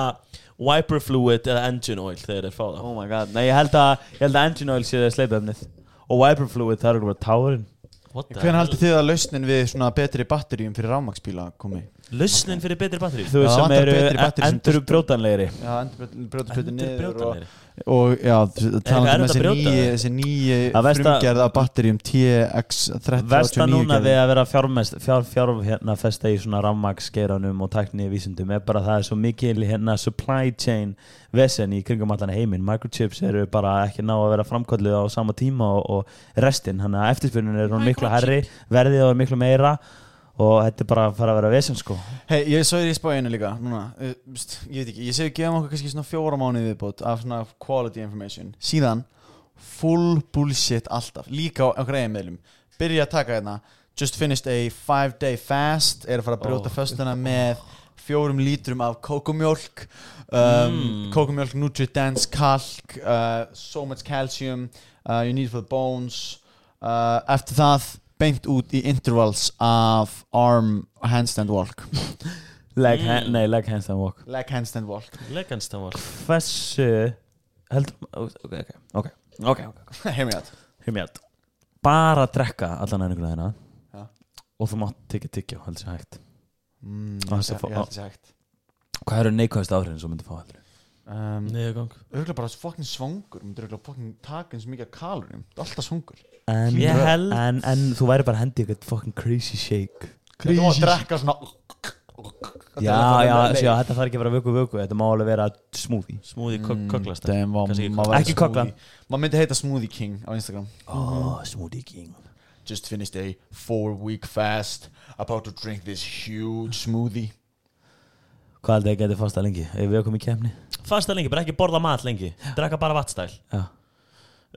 wiper fluid eða engine oil þegar þeir fá það Oh my god, nei ég held að Ég held að engine oil sé það sleipöfnið Og wiper fluid það er bara tárin What the Hvernig hell? haldið þið að lausnin við svona betri batteríum fyrir rámaksbíla komi? Lausnin fyrir betri batteri Þú veist það sem vantar eru betri batterí sem endur brjótanlegri Já, endur brjóta hluti niður og, Brjótanlegri. og já, talað um erfitt að þessi brjóta nýji, þær? þessi nýji Að versta- frumgerð af batteríum Versta TX39 núna við að vera fjármest, fjár, fjár hérna festa í svona rammagsgeiranum og tækni vísundum er bara að það er svo mikil hérna supply chain vesen í kringum allan heiminn microchips eru bara ekki ná að vera framkvöldu á sama tíma og, og restin þannig að eftirspyrunin er hún miklu herri verðið er miklu meira og þetta er bara að fara að vera vesen sko Hei, ég svo er ég spáinu líka núna, uh, st, ég veit ekki, ég segi gefum okkur kannski svona fjóra mánuði viðbót af svona quality information, síðan full bullshit alltaf, líka á okkur eigin meðlum, byrja að taka hérna just finished a five day fast er að fara að brjóta föstuna með fjórum lítrum af kókumjólk um, kókumjólk, Nutridance kalk, uh, so much calcium uh, you need for the bones uh, eftir það beint út í intervals af arm handstand walk leg, mm. nei, leg handstand walk Leg handstand walk Legans það var hversu heldur, ok, ok, ok ok, ok Heimjátt Hjá mér Bara að drekka allan einhverjum þeirna Og þú mátt tekja tyggjó, heldur sér hægt mm, Aðeins að Ég fá- ég held þessi hægt Hvað eru neikvæðast áhrifin sem þú myndir fá heldur? um, Niðurgang Örgulega bara fokkin svangur Myndir örgulega fokkin taka eins mikið af kalorum Alltaf svangur En, Ég held- en, en þú væri bara að hendi eitthvað fucking crazy shake Þú má drekka svona Já, já, sjá, þetta þarf ekki að vera vöku vöku Þetta má alveg vera smoothie Smúði köklast Damn, vá, Kannski- maður væri Ekki kokla. smoothie- Maður myndi heita Smoothie King á Instagram Oh, smoothie king Just finished a four week fast About to drink this huge smoothie Hvað heldur þið að geti fasta lengi? Ef við komum í kemni? Fasta lengi, bara ekki borða mat lengi Drekka bara vatnstæl Já.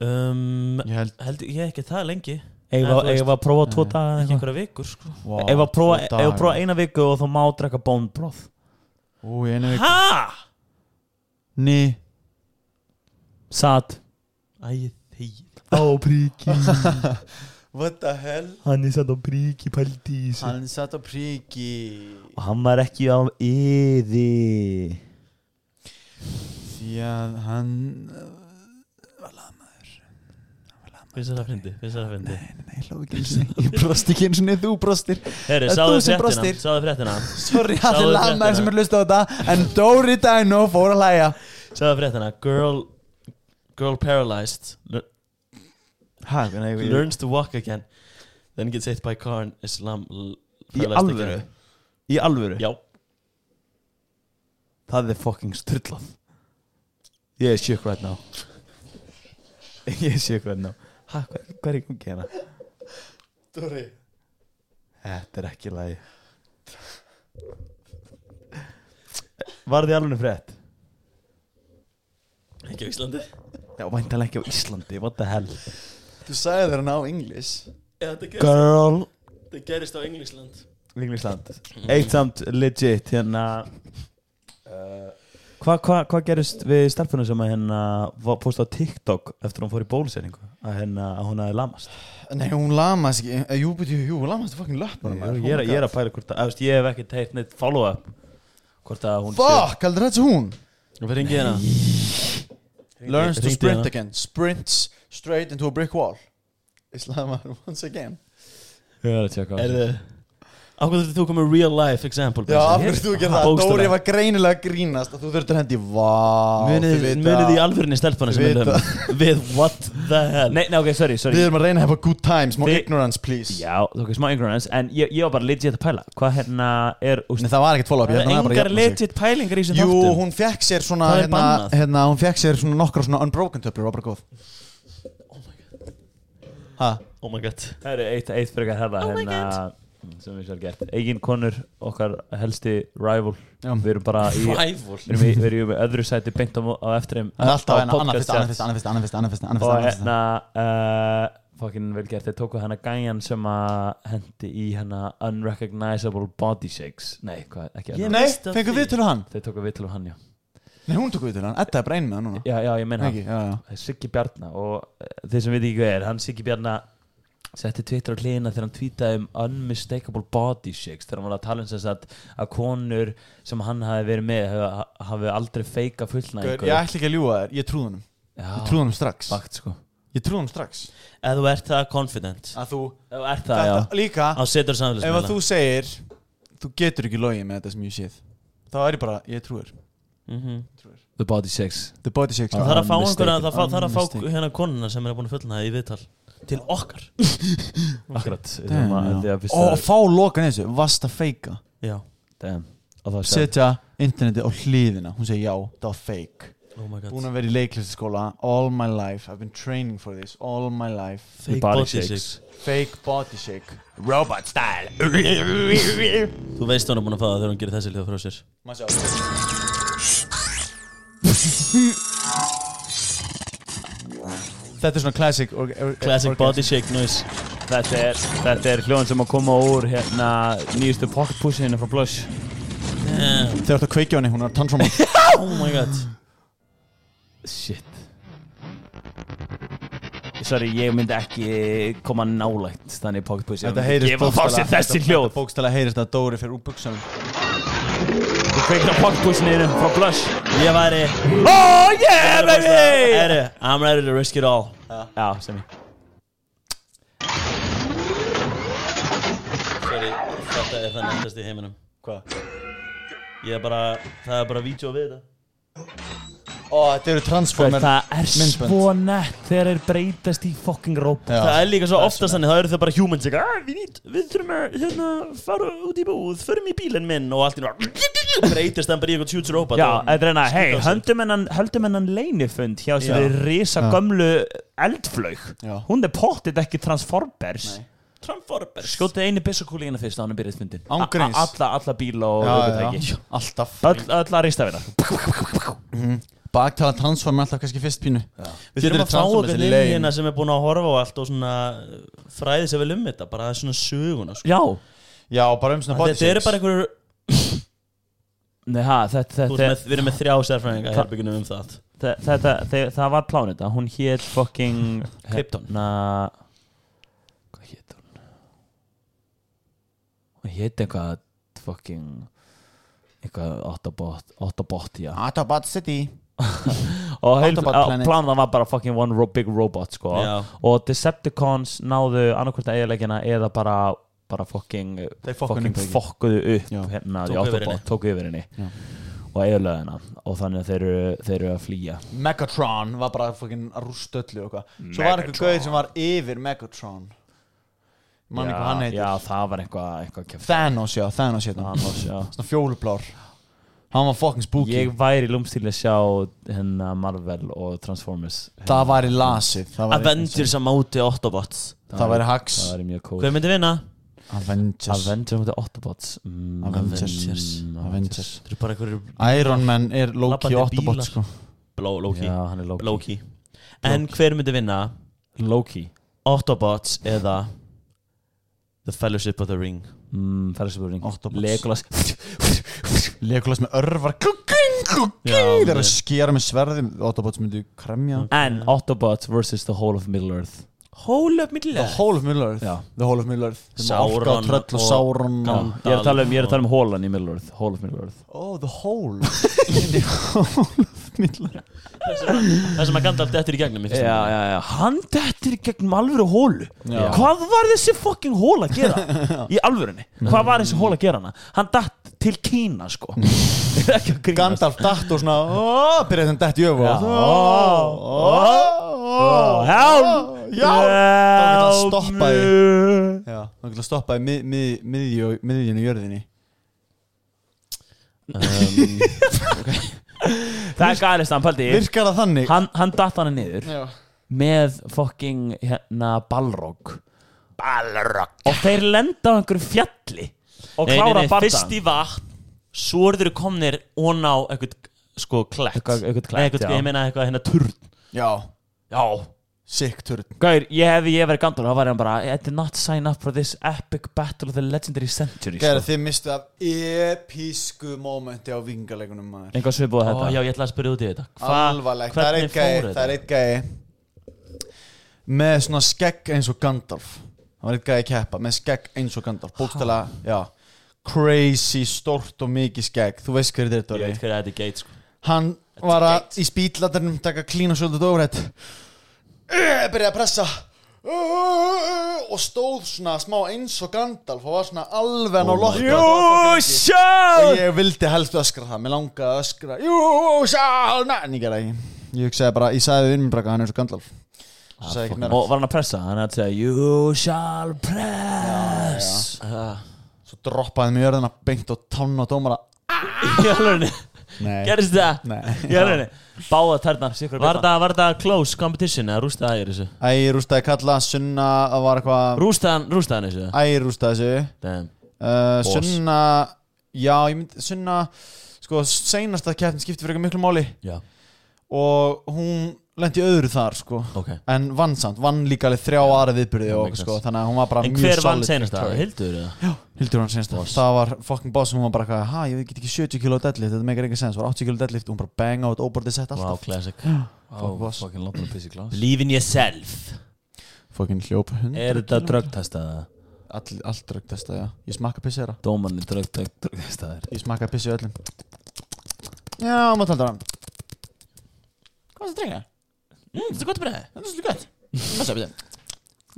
um, Ég held Held ég ekki það lengi Ef En þú veist, við að prófa tvo daga Ekki eða eitthvað einhverja vikur sko wow, Ef að prófa, tvo ef að daga. prófa eina viku og þú má drekka bónbróð Ó, ég einu við Ha? Ný Satt Æ, þegi Á príki What the hell Hann er satt á príki paldís Hann satt á priki Og hann var ekki á yði Því að hann Finnst þér það fyndi? Finnst þér það fyndi? Nei, ég hló ekki eins og Ég brosti ekki eins og niður þú brostir Herri, Ert sáðu þú sem fréttina brostir? Sáðu fréttina Sorry, Sáuðu allir lammaður fréttina? sem er hlust á þetta En Dóri Dino fór að hlæja Sáðu fréttina Girl Girl paralyzed lear- Hæ, hvernig ég Learns to walk again Then gets hit by car in Islam l- Í paralyzed alvöru again. Í alvöru Já Það er fucking strullað Ég er sjök right now Ég er sjök right now Hæ, hvað, hvað er ég að gera? Dóri Þetta er ekki lægi Var þið alveg frétt? Ekki á Íslandi Já, væntalega ekki á Íslandi, what the hell Þú sagði þér hann á English Já, þetta gerist- Girl þetta gerist á Englisland Englisland Eitt samt legit hérna Eh. Hvað hva, hva gerist við stelpunum sem að hérna var postað á TikTok eftir að hún fór í bólusetningu að hérna að hún hafi lamast Nei, hún lamast ekki eh, Jú, betur, jú, hún lamast fucking löpunum ég, er- ég er að pæla hvort að, að veist, ég hef ekki teitt neitt follow up hvort að hún Fuck, heldur þetta sé hún Þú fyrir engið hérna Learns to hringdi sprint hana. again Sprints straight into a brick wall Islamar once again sé Ég er að tjekka á þessu. Erðu Ákveð þurftu þú komið real life example Já, af hverju þú gerði það? Bókstaflega. Dóri var greinilega að grínast og þú þurftur hendi Vá, þið Munið vita- munið í alvörunni stelpana sem Þið við vita. höfum Við what the hell Nei, nei, ok, sorry, sorry Við erum að reyna að hafa good times More Þið- ignorance, please Já, ok, smá ignorance En ég, ég var bara legit að pæla Hvað hérna er úst, Nei, það var ekkert follow-up Það ég er held að bara engar jafna sig. legit pælingar í þessum Jú, þáttum hún fekk sér svona Það er hérna, bannað. hérna, hún fekk sér svona nokkra svona unbroken töflur, var bara góð Ha, Oh my god Það eru eitt, eitt frekar herra oh hérna, Sem við sér gert Egin konur, okkar helsti rival Já. Við erum bara í Við Rival erum í, við erum í öðru sæti beint á, á eftir þeim það er alltaf Á hérna, annar fyrst, podcast- annar fyrst, annar fyrst, annar fyrst, annar fyrst, annar fyrst, og annar fyrst hérna uh, fokkin vel gert, þeir tóku hana gæjan sem að hendi í hana unrecognizable body shakes nei, hvað, ekki Ég hana Nei, Mesta fengum því. við til hann? þeir tóku viðtölu hann, já Nei, hún tók við til hann, Edda er bara einn með hann núna já, Oh já, ég meina Ekki, hann, já, já Eh, Siggi Bjarna og uh, þeir sem veit ekki hvað er, hann Siggi Bjarna setti Twitter á hliðina þegar hann tweetaði um unmistakable body shakes þegar hann var að tala um þess að, að konur sem hann hafi verið með hafi, hafi aldrei feika Gaur, fullnæðingu Ég ætla ekki að ljúga þér, ég trúð honum Ég trúð honum strax bakt sko Ég trúð honum strax Ef þú ert það confident Að þú, Ef þú ert það, já þetta líka Á Ef setur að samfélagsmiðla þú segir, þú getur ekki logið með þetta sem ég séð Þá er ég bara, ég trúður Mhm. the body shakes The body shakes Það þarf að fá Unmistakable. einhverja Það þarf að fá Unmistakable. hérna konuna sem er búin að fullna í viðtal Til okkar akkurat Damn, já. Ó, og og fá lokan í þessu, vast að feika Já Damn. Og það sagði setja interneti á hlýðina hún segi já, það var fake Oh my god búin að vera í leiklistaskóla all my life I've been training for this all my life Fake body body shakes. shakes fake body shake Robot style. Þú veist hún er búin að fá það þegar hún gerir þessi hljóð frá sér maður sjá þetta. þetta er svona classic or, or, Classic orgasm. body shake noise þetta er, þetta er hljóðan sem að koma úr hérna nýjustu pokkpúsinu frá Blush þegar þú ert að kveikja á henni, hún er tantruma Oh my god Shit Sorry, ég myndi ekki koma nálægt þannig pokkpúsi þetta heyrist Gefa fá sér bókstaflega- þessi þetta- hljóð þetta bókstaflega heyrist að Dóri fer úr buksanum Þú kveikir á pocketpussinu innum frá Blush Ég væri Oh yeah baby Heru, I'm ready to risk it all Já, sem ég Sorry, þetta er það nættast í heiminum Hvað? Ég er bara, það er bara vídeo við þetta Ó, þetta eru Transformer Það er myndbönd. svo nett þegar þeir breytast í fucking róp Já. Það er líka svo oftast þannig, það eru þau bara humans ekki, ah, við, nýtt, við þurfum að hérna, fara út í búð, förum í bílinn minn og allt í náttúrulega breytist þann bara í eitthvað tjúts rópa Já, þetta er hérna, hei, höldum hennan höldum hennan leinifund hjá sem Já. við risa gömlu eldflaug Já. Hún er pottit ekki Transformers Transformers Skjótið einu byssukúli hérna fyrst á hann byrjast myndin Ángríns. A- a- Alla, alla bíla og Já, ökutæki. já, alltaf Öll, öll að rista við það Baktala Transformer alltaf kannski fyrst pínu Við þurfum að fá okkur inn leið hérna sem er búin að horfa á allt og svona fræði sér vel um þetta, bara svona söguna sko. Já, Já, bara um svona body Þetta eru shapes. bara einhverjur, Nei, ha, þetta, þú þetta, veist þetta, með, við erum með þrjá sérfræðinga í herbygginu um það þetta, þetta, þe- það var plánita Hún hét fucking Krypton. hérna, Hvað hét hún? Hún hét eitthvað fucking eitthvað Autobot, Autobot, já Autobot City og heil, Autobot á, Planet. planið var bara fucking one ro big robot sko. Já. og Decepticons náðu annarkvort eiginleikina eða bara bara fucking, Þeir fokkuðu fucking upp. fokkuðu upp Já. hérna, Tóku tóku, yfir henni. Autobot, tóku yfir henni og eiginlega hennar og þannig að þeir eru, þeir eru að flýja Megatron var bara fucking að rústa öllu og eitthvað Svo var einhver gauð sem var yfir Megatron Manni hvað hann heitir já, það var eitthvað, eitthvað kjafta. Thanos, já, Thanos hérna Thanos, já. Svona fjólublár Hann var fucking spooky ég væri lúmstil að sjá hérna Marvel og Transformers Það væri lasið Það væri, Avengers á móti Autobots það væri hacks það væri mjög cool Hver myndi vinna? Avengers Avengers mútið Autobots mm, Avengers Avengers Þetta eru bara einhverjur Iron Man er Loki Labbandi og Autobot bílar. sko Bló, Loki. Já, hann er Loki. Loki En hver myndi vinna? Loki Autobots eða The Fellowship of the Ring mm, ferðsöpurning Autobots. Legolas Legolas með örvar Kukking, kukking Já, Þeir eru að með- skera með sverðum Autobots myndu kremja En Autobots versus the whole of Middle Earth Hole of Middle The Whole of Middle Earth Já. The Whole of Middle Earth Þeim Sauron orka og tröll og og- Sauron Já. og- Ég er að tala um, ég er að tala um hólan í Middle Earth Hole of Middle Earth Oh, the Hole The Hole of Middle Earth Það sem að Gandalf dettur í gegnum í fyrsta Já, myndinni. já, já, hann dettir í gegnum alvöru hólu Já. Hvað var þessi fucking hóla að gera? Í alvörunni Hvað var þessi hóla að gera hana? Hann datt til Kína, sko Ekki að grínast Gandalf datt og svona oh, Byrjaði þeim dætt jöfu Já. Oh, help! Já Þá geta það stoppaði Já Þá geta það stoppaði mið, mið, miðju, miðjunni jörðinni Það er gælist, hann paldi Virkar það þannig Hann, hann datt hana niður Já með fucking hérna Balrog Balrog Og þeir lenda á einhverju fjalli og Nei, nei, klára nei, fyrst barðan í vatn Svo eru þeir komnir ón á eitthvað sko klætt Eitthvað- eitthvað klett, Nei, eitthvað, já. Ég meina eitthvað hérna turn Já Já Sick turn Gaur, ég hef ég verið gandur þá var hann bara I did not sign up for this epic battle of the legendary century Gæra þið mistu af episku momenti á vingarleikunum maður Einhvað svipað Ó, þetta já, ég ætla að spyrja út í þetta Hva- Alvarlegt Það er hvernig eitt gæi fór Það er þetta? eitt gæi Með svona skegg eins og Gandalf Það var eitt gæi að keppa Með skegg eins og Gandalf Bókstala, já Crazy, stórt og mikið skegg Þú veist hverju þetta Ég er veit hverja þetta er geit sko Hann var að í spýtlatarnum taka klín og svolítið overhead Eh, byrjaði að pressa Eh, og stóð svona smá eins og Gandalf og var svona alveg Oh hann á lokka Jú, sjá og ég vildi helst öskra það, mér langaði að öskra Jú, sjá, næ, en ég gerði það ekki Ég hugsaði bara, ég sagði við vinnum braka hann er eins og Gandalf Svo sagði ég ekki meira Og var hann að pressa, hann er að segja You shall press Svo droppaði mér jörðina beint og tanna og dómara Í alvörunni. Nei, Gerðist það? nei Ég er henni, báða tærnar sikur Var það- var það close competition eða rústaði þær þessu? Æ, ég rústaði kalla, sunna, það var eitthvað Rústaðan, rústaðan þessu? Æ, ég rústaði þessu Damn uh, Sunna Já, ég myndi Sunna Sko, seinasta keppnin skipti fyrir eitthvað miklu máli Já, Og hún lendi í öðru þar, sko ok En vann samt, vann líka alveg þrjá aðra viðbyrði og, makes sko, sense. Þannig að hún var bara En mjög hver vann solid senast það? victory. Hildur eða? Hildur var senast það Það var fucking boss sem hún var bara eitthvað Hæ, ég get ekki 70 kilo deadlift, þetta megar enga sens Var 80 kilo deadlift, hún bara bang out, óbordið sett Wow, alltaf classic Fuck boss, Fucking lopin að pissi glás Believe in yourself fucking hljóp hund Er þetta drögtestaða? All, Allt rögt þesta, já Ég smakka pissi þeirra Dómanni drögtestaðir Ég smakka pissi öllum Já, maður taldur hann Hvað er það drengja? Mm, þetta er gott bræði, þetta er svolítið gott Hvað svo, betur?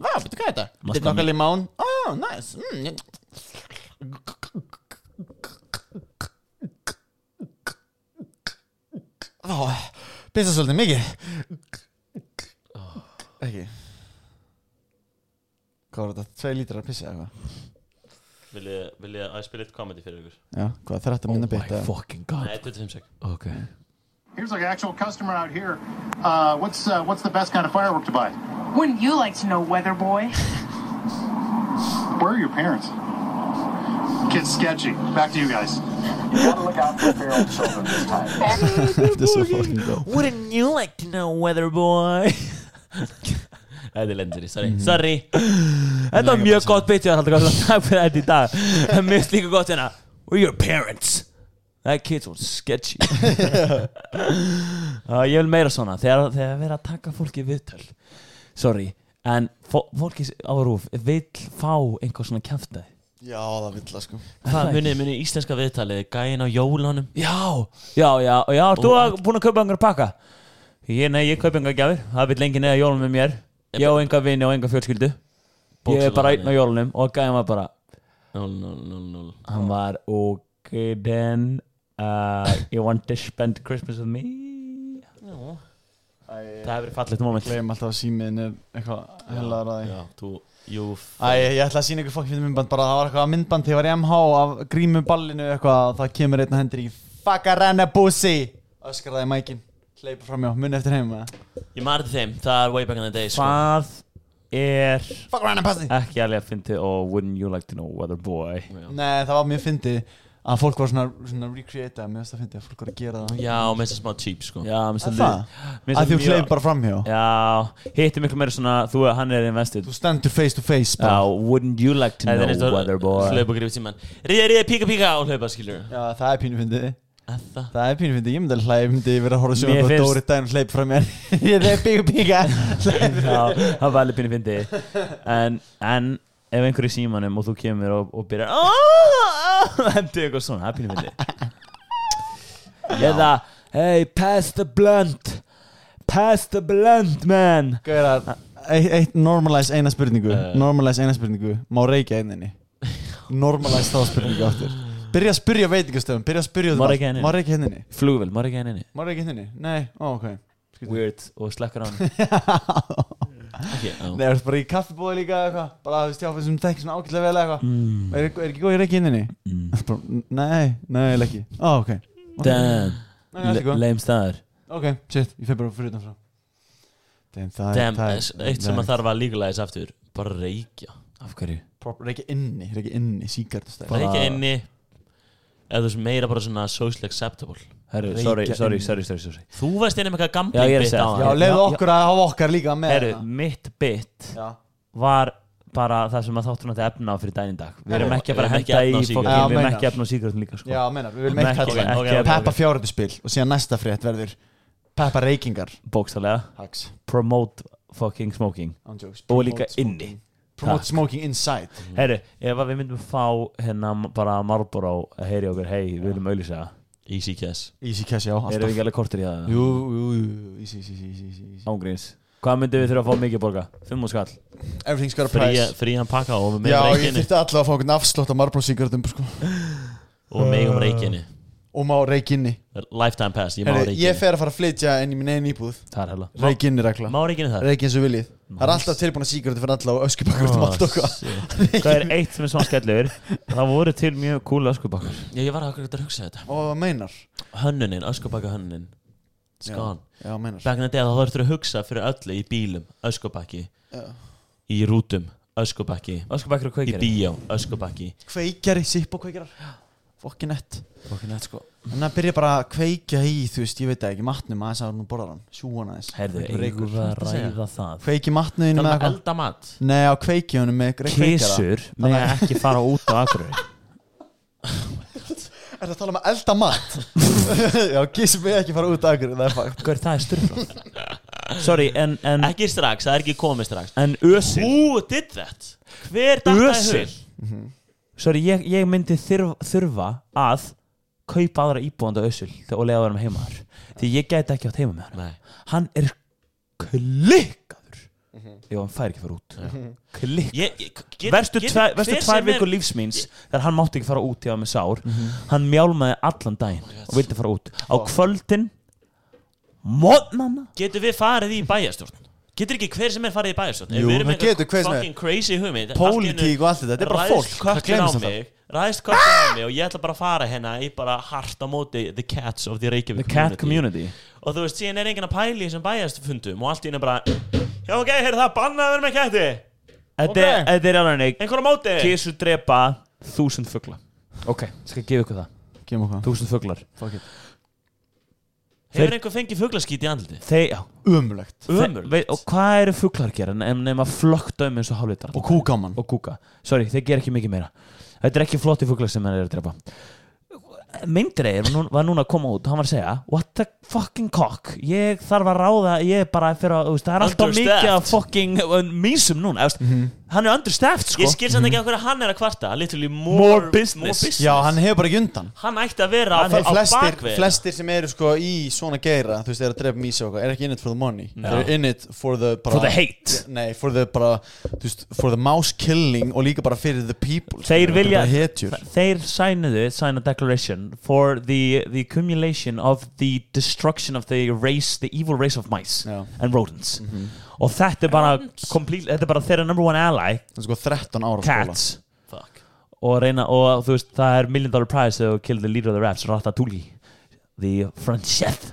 Vá, betur hvað er þetta? Þetta er nokkað limón Ó, næs mm, ég- Vá, pissa svolítið mikið Ah. Ekki Hvað var þetta? Tvei lítrar að pissa eða eitthvað? Vil ég, vil ég að ég spila eitt comedy fyrir ykkur? Já, hvað þarf þetta minna bita? fucking god Nei, 25 sek Ok Here's like an actual customer out here. Uh, what's uh, what's the best kind of firework to buy? Wouldn't you like to know, weather boy? Where are your parents? Kid's sketchy. Back to you guys. Þetta er svo fucking gott Wouldn't you like to know weather boy? Þetta er lendri, sorry Sorry Þetta var mjög gott beitt Það er takk fyrir þetta í dag Það er mjög líka gott hérna We're your parents That kid's was sketchy uh, Ég vil meira svona Þegar, þegar verið að taka fólki í viðtöl Sorry En fó- fólki á rúf Vil fá einhver svona kjafta Já, það vill það sko Hvað munið, munið íslenska viðtalið Gæin á jólunum Já, já, já, já, ert þú að- búin að kaupa einhver pakka? Ég, nei, ég kaupa einhver gjafir Það vil lengi neða jólum með mér Ég á enga vini og enga fjölskyldu Ég er bara einn á jólunum og gæði maður bara 0000 Hann var ok then uh, You want to spend Christmas with me? Það hefur verið fallegt moment Gleim alltaf að símiðin er eitthvað hellaður að því Já, þú, jú Æ, ég ætla að sína ykkur fokkin fyrir myndband bara það var eitthvað myndband þegar ég var í MH af grímuballinu eitthvað það kemur einn og hendur í Fakarana Bussi öskraði í mækin hleypa fram hjá munni eftir heim Ég marði þeim, það er way back in the day sko. Hvað er Fakarana Bussi ekki alveg að fyndi og wouldn't you like to know weather boy? Nei, það var mjög fyndið að fólk var svona, svona recreata mér finnst það fyndið að fólk var að gera það Já, með þess að smá cheap sko Já, mér Er finnst Það? Að mér finnst þú mjög- hleypa bara fram hjá Já, hitti miklu meira svona þú að hann er invested Þú stendur face to face Já, bara wouldn't you like to Það er know næstu weather boy? Hlaupa grífið síman Ríða, ríða, píka, píka og hlaupa skilur Já, það er pínu fyndið Það Það er pínu fyndið, ég myndi að hlæði, ég myndi vera að horfa að sjóna Mér hvað finnst- Dóri Dæn hleyp frá mér Ég er bíka bíka Já, það var alveg pínu fyndi en, en ef einhverju símanum og þú kemur og, og byrjar Hendi eitthvað svona, það er pínu fyndi Eða Hey, pass the blunt Pass the blunt, man Gaurar, eitt, eitt normalize eina spurningu Normalize eina spurningu Má reykja eininni Normalize þá spurningu aftur Byrja að spyrja veitingastöðum Byrja að spyrja út um Má allt. reykja eininni? Má reykja eininni Flugvel, maður ekki henni Má reykja eininni Nei, ó, ok Weird, og slekkur á hann er Nei, ertu bara í kaffibóði líka eða eitthvað Bara þú veist, já, þessum þekki svona ágætlega vel eða eitthvað mm. er, er ekki góð í reykja eininni mm. Nei, nei, eiginlega ekki Ó, ok Damn, Nei, allt í góð. leim staðar Ok, shit, ég fer bara fyrir utan frá Damn, það er- Damn, það er- eitt sem að þarf að legalize aftur Bara reykja Af hverju? Prop- Reykja inni, reykja inni, síkartastæð Reykja inni Eða þú veist meira bara svona socially acceptable Herru, Reykja sorry, sorry, inn. sorry, sorry, sorry. Þú veist einu með eitthvað Já, gambling ég er að bit segja á það. Já, hann. leiðu hérna, Já, okkur að hafa okkar líka með Herru, hana. mitt bit Já. var bara það sem að þátturna þetta efna á fyrir daginn í dag Við erum Já, ekki að við bara erum ekki henda að efna á í sígarettum. Já, meinar. fólki, við erum ekki að efna á sígrætum líka sko. Já, menar, við viljum Ekki- ekki kalla ekki- það ekki- Peppa fjárhættuspil og síðan næsta frétt verður Peppa reykingar bókstálega Hacks. promote fucking smoking On jokes. Og líka Promote smoking. inni. Promote Takk. smoking inside Herru, ef að við myndum fá hérna bara Marlboro að heyri okkur hei, við viljum auðvisa Easy kiss Easy cash, já, Erum við alltaf ekki alveg kortir í það? Jú, jú, jú, easy, easy, easy, easy, easy. Ángríns Hvað myndum við þurfa að fá mikið borga? Fimm og skall Everything's got a uh, price Fríðan eh, pakka og við Já, megum ég reykjinni þyrfti alltaf að fá einhvern afslótt af Marlboro sigurðum sko. Og við megum reykjinni og má reykinni Lifetime pass, ég má Herri, Ég reykjinni fer að fara að flytja inn í minn einn íbúð Það er hella Reykinni regla Má reykjinni þar Reykin eins og viljið Það er alltaf tilbúin að sigurðu fyrir alla og öskubakkur út um allt og hvað Það er eitt sem er svona skellur Það voru til mjög cool öskubakkar Já, ég var að okkur að hugsa þetta Og meinar Hönnunin, öskubakka hönnunin It's gone Já, meinar Back in the day þá þurftur að hugsa fyrir öllu í bílum, öskubakki Í rútum, öskubakki Öskubakkar og Í kveikari bíó, öskubakki kveikjari, sipp og kveikjarar fokkin nett sko. en það byrja bara að kveikja í þú veist, ég veit það ekki, matnum aðeins að hún borðar hann sjúan aðeins Herðu, Einhver reykur. eigum við að Hvað ertu að segja? ræða það kveiki matnum Það með er eitthvað um elda mat nei, á kveiki honum með kveikjara Kísur með ekki fara út á akkur er það að tala um að elda mat? já, kísur með ekki fara út akkur það er fakt Hvað er það er styrflóð? Sorry, en, en, Ekki strax, það er ekki komið strax en ösir Who did that? Hver dattaði Ösir. hul? Sorry, ég, ég myndi þurfa, þurfa að kaupa aðra íbúðanda össul og lega að vera með heimaður því ég gæti ekki átt heima með hann Nei. hann er klikkaður ef hann fær ekki að fara út klikkaður Ég- ég- get- verstu get- tvær, verstu hver tvær sem er- vikur lífsmýns þegar hann mátti ekki fara út hjá með sár hann mjálmaði allan daginn og vildi fara út á kvöldin mótnanna Getur við farið í bæjarstjórn? Getur ekki hver sem er farið í bæjarstjórn? Ef Jú, við erum það eitthvað getur hver sem er. Fucking crazy hugmynd Pólitík og allt þetta, þetta er bara fólk Það Ræðst gleymist köttin á alltaf. mig Ræðst köttin á mig og ég ætla bara að fara hérna í bara hart á móti The Cats of the Reykjavík the cat community Og þú veist, síðan er enginn að pæla í þessum bæjarstfundum og allt í henni bara Já, ok, heyrðu það, bannað að vera með ketti þetta er- Ok. þetta er alveg neik Einhverja móti kísu drepa þúsund fuggla ok, skal gefa ykkur það Gefum okkur það. þúsund fugglar Hefur einhver fengið fuglaskít í andliti? þeir, já, Ömurlegt þeir, veit, og hvað eru fugglar að gera en nema flökta um eins og hálflitar Og kúkamann og kúka sorry, þeir gera ekki mikið meira þetta er ekki flotti fugglar sem þeir eru að drepa Mindreir var nú- var núna að koma út og hann var að segja what the fucking cock ég þarf að ráða, ég er bara fyrir að þú veist, það er alltaf mikið Understaffed. að fucking uh, mísum núna, þú veist, hann er understaffed sko. Ég skil samt ekki af hverju hann er að kvarta Literally more, More business. Já, hann hefur bara ekki undan Hann ætti að vera á, Fe- á flestir, bakvið flestir sem eru sko í svona geira Þú veist, þeir eru að drepa mísi og eitthvað Er ekki in it for the money They're in it for the bara, For the hate. Nei, for the bara Þú veist, for the mouse killing Og líka bara fyrir the people Þeir vilja- Það hetjur þeir sænuðu sign a declaration for the, the accumulation of the destruction of the race the evil race of mice Já. and rodents og þetta er bara complete, þetta er bara þeirra number one ally Það er sko 13 ára cats Fuck og reyna og þú veist það er million dollar prize þegar þú kill the leader of the raps Ratatouille the front chef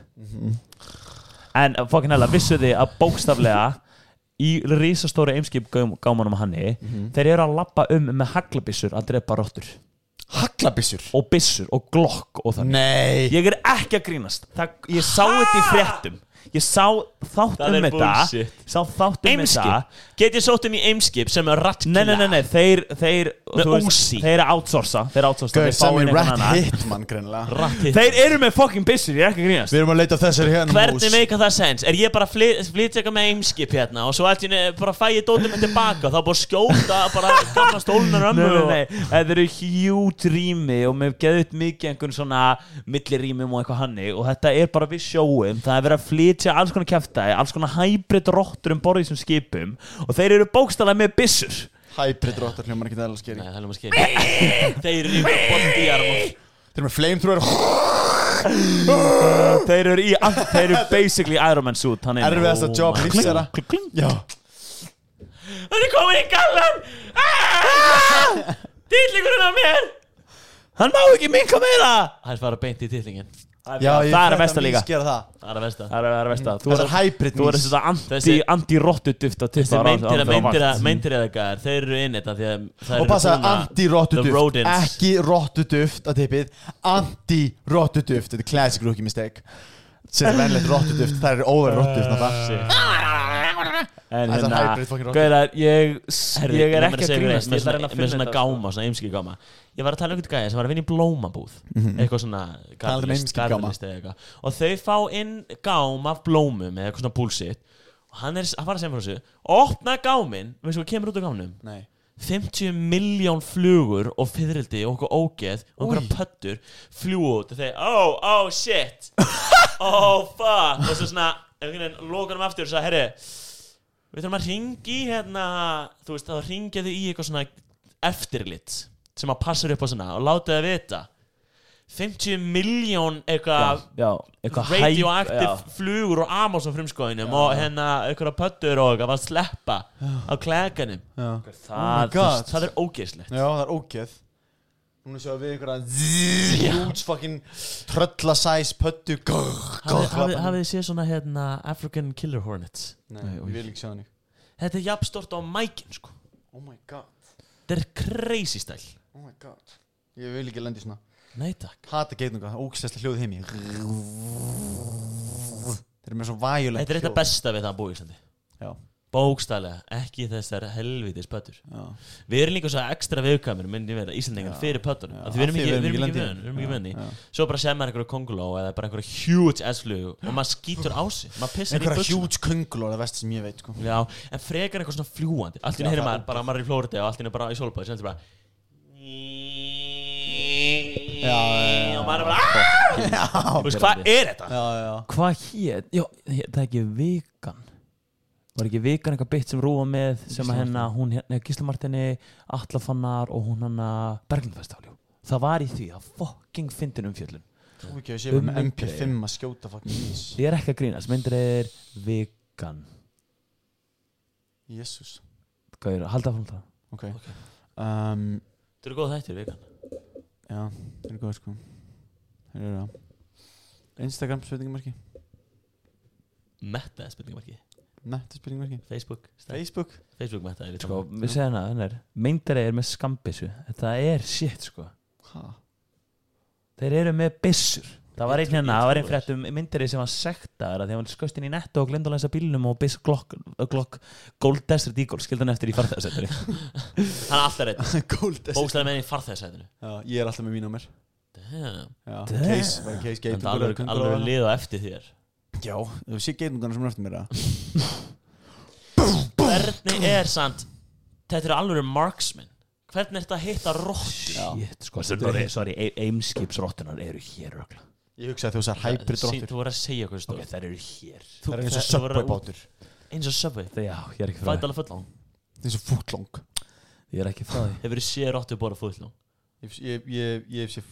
en uh, fucking hella vissu þið að bókstaflega í risastóri eimskip gámanum hanni þeir eru að lappa um með haglabissur að drepa rottur skóla Haglabissur og bissur og glokk og þannig Nei ég er ekki að grínast það, ég sá þetta í fréttum ég sá þátt Það um er þetta bullshit. sá þátt um þetta Eimskip Get ég sótt um í Eimskip sem er Nei, rattkilla nei, nei, nei, þeir, þeir, Með þú Uzi. þeir eru outsourca Þeir eru outsourca, Gauð, þeir fá sem inn er einhvern rat annan hitman greinlega Ratthitt Þeir eru með fucking bissur, ég er ekki að grínast Við erum að leita þessari hérna Hvernig mús. meika það sens? Er ég bara að flyt- flytja eitthvað með Eimskip hérna og svo allt í henni bara fæ ég dótið mig tilbaka og þá er búið að skjóta bara gamla stólunar Nei, ömmu nei, og- nei, þetta eru hjút rými og mér hef geðið upp mikið einhvern svona millirýmum og eitthvað hannig og þetta er bara við sjóum, það er verið að flytja alls konar kæftæði, alls konar hybrid rottur um borðið sem skipum og þeir eru bókstæðlega með bissur Hybrid rottar hljómar ekki eðla skeri Nei, það er maður skil Þeir eru bara bótt í armur Þeir eru með flamethrower Þeir eru, í, þeir eru basically Iron Man suit hann er- Erfiðasta Oh job my- lífsera Kling, kling. Já Hann er komin í gallan Ah! Dýllingurinn af mér Hann má ekki minka meira Hann fara beint í dýllingin Já, ég það frétt er að besta mís líka gera það. Það er að versta Það er að vera besta Þú Þessar hybrid Þú er mís þessi anti, Þessi- anti-rottu duft á tippa Þessi meintir að meintir að meintir að gæðar Þeir eru inn þetta því að þær Og eru passa búnar- The anti-rottuduft rodents. Ekki rottuduft að tippið Anti-rottuduft Þetta er classic rookie mistake Sér venlegt rottuduft Það eru óver Ah, rottuduft En Þessar hérna hybrid fucking rottur. Gauðar, ég Herri, Ég er langar ekki að segja ykkur grínast eitt, Ég ætla að reyna að með finna svona þetta, sko. gáma, svona eimski gáma Ég var að tala um einhvern gæja sem var að vinna í blómabúð Mhm. Eitthvað svona Talaðu um garðlist- eimski gáma. garðlist eða eitthvað Og þau fá inn gám af blómum eða eitthvað svona bullshit Og hann, er, hann var að segja fyrir þessu Opna gámin, veistu hvað kemur út af gáminum? Nei 50 miljón flugur og fyrildi og okkur ógeð og okkur pöttur fljú út og þeir, oh, oh shit oh fuck og svo svona, einhvern veginn lokanum aftur og sagði, herri við þurfum að ringi hérna, þú veist, þá ringja þau í eitthvað svona eftirlit sem að passar upp á svona og láta þau vita 50 miljón eitthvað Já, eitthvað hæ- já. radioaktiv flugur og Amazon frumskóinum og hérna einhverja pöttur og eitthvað var að sleppa á klækanum Oh my Það god það er ógeðslegt Já, það er ógeð Núna sjáum við ykkur að zzzz, Huge fucking tröllasæs pöttu Grrr, grrr, grrr. hafið hafið þið séð svona hérna African Killer Hornets Nei, ég vil ekki sjá þannig þetta er jafnstort á mækin sko Oh my god þetta er crazy stæl Oh my god Ég vil ekki lendi svona nei takk Hata geitnunga, ógstæsla hljóð heimi Þeir eru með svo væjulegt þetta er þetta besta við það að búa í Íslandi Já. bókstælega ekki þessar helvitis pöttur Já. við erum líka svo ekstra viðkamir myndi vera Íslandingar fyrir pöttunum af því við erum Af ekki því við erum lent í ekki þeim. vön við erum ekki vön í Já. svo bara sem maður einhverju konguló eða bara einhverju huge ass-flug og maður skýtur á sig maður pissar í einhverja buxurnar. hjúts könguló er það vest sem ég veit sko. Já, en frekar eitthvað svona fljúandi Allt Já, í henni heyrir það er maður, bara maður er í Flórida og allt í henni bara í Solbæði sem þetta bara og maður er bara "Ah!" Þú veist, hvað er þetta? Hvað hér? Jó, hét það er ekki vikan Var ekki vikan eitthvað bytt sem rúa með sem að hennar, hún hérna, Gísla Martini Allafannar og hún hann Berglindfestáljó, það var í því að fucking fyndin um fjöllun Þú ekki að um sé bara með MP5 að skjóta fucking ís Ég er ekki að grínast, myndir er vikan Jésús Hvað er, haldið að fórum það Ok um, Þetta eru góð þættir, vikan Já, það er góð sko Það eru það Instagram spurningamarki Metta er spurningamarki Netta spurningamarki Facebook, stærð. Facebook Facebook metta er Sko, við segja hana, hann er Myndir er með skambissu, þetta er shit sko Ha Þeir eru með byssur Það var einn hérna, Ég það var trúi einn fréttum myndari sem var sektaður að því að hann skauðst inn í netto og glemd að lensa bílnum og byss glokk, glokk Gold Desert Eagle skildan eftir í farþæðasettari Hann er alltaf reitt Gold Bókstæði með henni í farþæðsætinu Já, ég er alltaf með mín á mér Damn. Já Case Bara case Þetta geitungur alveg, alveg lið á eftir þér Já Þú sé geitungarna sem er eftir mér að Hvernig er sant Þetta eru alveg marksmen Hvernig er þetta að hitta rottur Shit, sko, sorry, sorry e- Eimskipsrottunar eru hér ögla Ég hugsa að þú sær hybrid Sí, rottir Þú voru að segja hvað stóð Ok, þær eru hér Það er eins og þú verður- subway bátur Eins og Subway Það- Já, ég er ekki frá Fætt því alveg fullong Það er eins og fútlong Ég er ekki frá því Hefur þið séð rottu bara fullong Ég- Ég ég- ég hef sé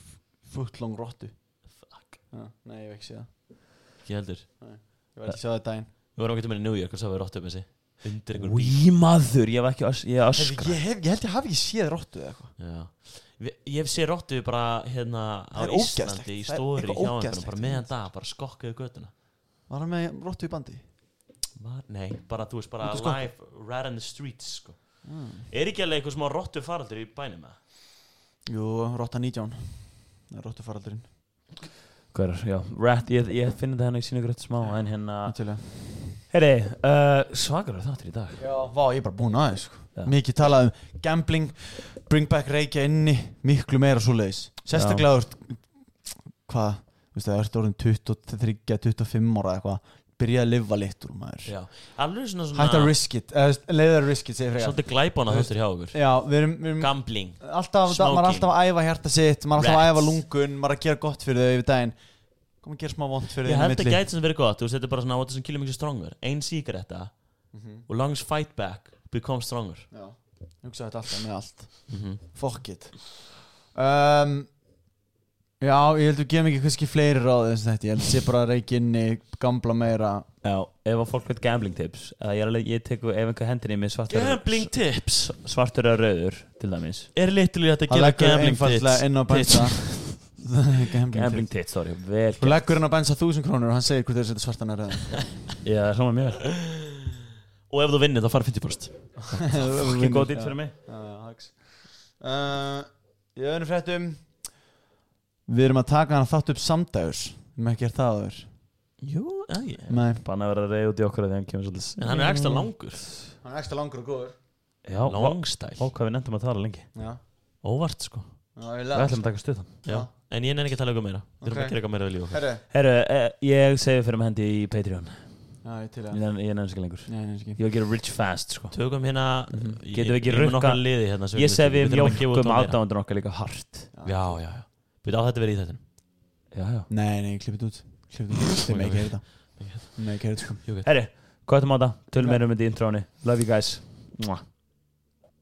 fútlong rottu Fuck Já, Nei, ég hef ekki séð það Ekki heldur Ég var ekki séð það í daginn Við vorum að geta með New York og Subway rottu með sig Undir einhver bíl Í maður, ég hef ekki ös, ég Ég, öskra hef, ég held ég hafi ekki séð rottu eða eitthvað Já Vi- Ég hef séð rottu bara hérna á Það er ógeðslegt. Íslandi í Það er stóri hjá eitthvað einhvern ógeðslegt. bara meðan dag bara skokkuðu göttuna Var hann með rottu í bandi? Var, nei, bara þú veist bara Út að skokka. Hmm. live right on the streets sko. Er ekki alveg eitthvað smá rottu faraldur í bænum eða? Jú, rotta 19 Rottu faraldurinn Hvað er, já, rat, ég, ég finn þetta henni í sínu grönt smá En hérna, Ítjúlega heyri, uh, svakar er þáttir í dag Já, vá, ég er bara búin aðeins sko. Já. Mikið talað um gambling Bring back reykja inni Miklu meira svo leiðis Sérstaklega úr Hvað, þú veist það, ertu orðin 23, 25 ára eða eitthvað Byrja að lifa litur maður Já Alveg svona svona Hætt að risk it, leiða risk it segir frekar Svolítið glæbána þáttur hjá okkur Já, við erum, við erum Gambling alltaf, Smoking. maður er alltaf að æfa hjarta sitt Maður er alltaf að Rats. æfa lungun, maður er að gera gott fyrir þau yfir daginn Kom að gera smá vond fyrir þau Ég inn í held að milli. gæti sem verið gott Þú veist þetta er bara svona What doesn't kill you makes you stronger Ein sígretta Mhm. Og longs fight back Become stronger Já, ég hugsa þetta alltaf með allt Fuck it um, Já, ég held að gefa mikið kannski fleiri ráð eins og þetta Ég held að sé bara að reiki inni, gamla meira Já, ef að fólk veit gambling tips eða Ég, er alveg- ég teku ef einhver hendinni með svartur Gambling tips Svartur er rauður, til dæmis Er litilu þetta að Hann gera leggur gambling einfallega tips inn á bensa Gambling Gambling tips tips, sorry, vel Þú leggur hann á bensa 1000 krónur og hann segir hvort þeir setja svartan að reyða Já, það er saman mjög vel Og ef þú vinnir þá fara 50% Fucking góð dýtt fyrir mig mig Eh, Í öðrum fréttum Við erum að taka hann þátt upp samdægurs Við erum ekki að það aður Jú, já, já Nei, Banna að vera reyð út í okkur þegar hann kemur svolítið En hann er Mm. ekstra langur hann er ekstra langur og góður Já, Longstyle Fólk hvað við nefndum að tala lengi Já, Óvart sko Við ætlum að taka stuð þann Já En ég nenni ekki að tala eitthvað meira Við Ok. erum að gera eitthvað meira við líf okkar Herru, Herru, eh, ég segi fyrir mig hendi í Patreon Já, ég til Ég að nenn- Ég nefnst ekki lengur Nei, nei, ekki Ég vil gera rich fast, sko Tökum hérna ég- Getum við ekki ég er með rukka- nokkra liði hérna sem Ég við- segi við þurfum að um gefa út mjólkum á meira. aðdándur okkar líka hart Já, já, já Við á þetta verið í þetta Já, já Nei, nei, klippið út Klippið út, þeir með ekki heyra þetta Með ekki heyra þetta sko Herru, hvað þetta máta? Tölum meira um þetta í intróni Love you guys Mwah.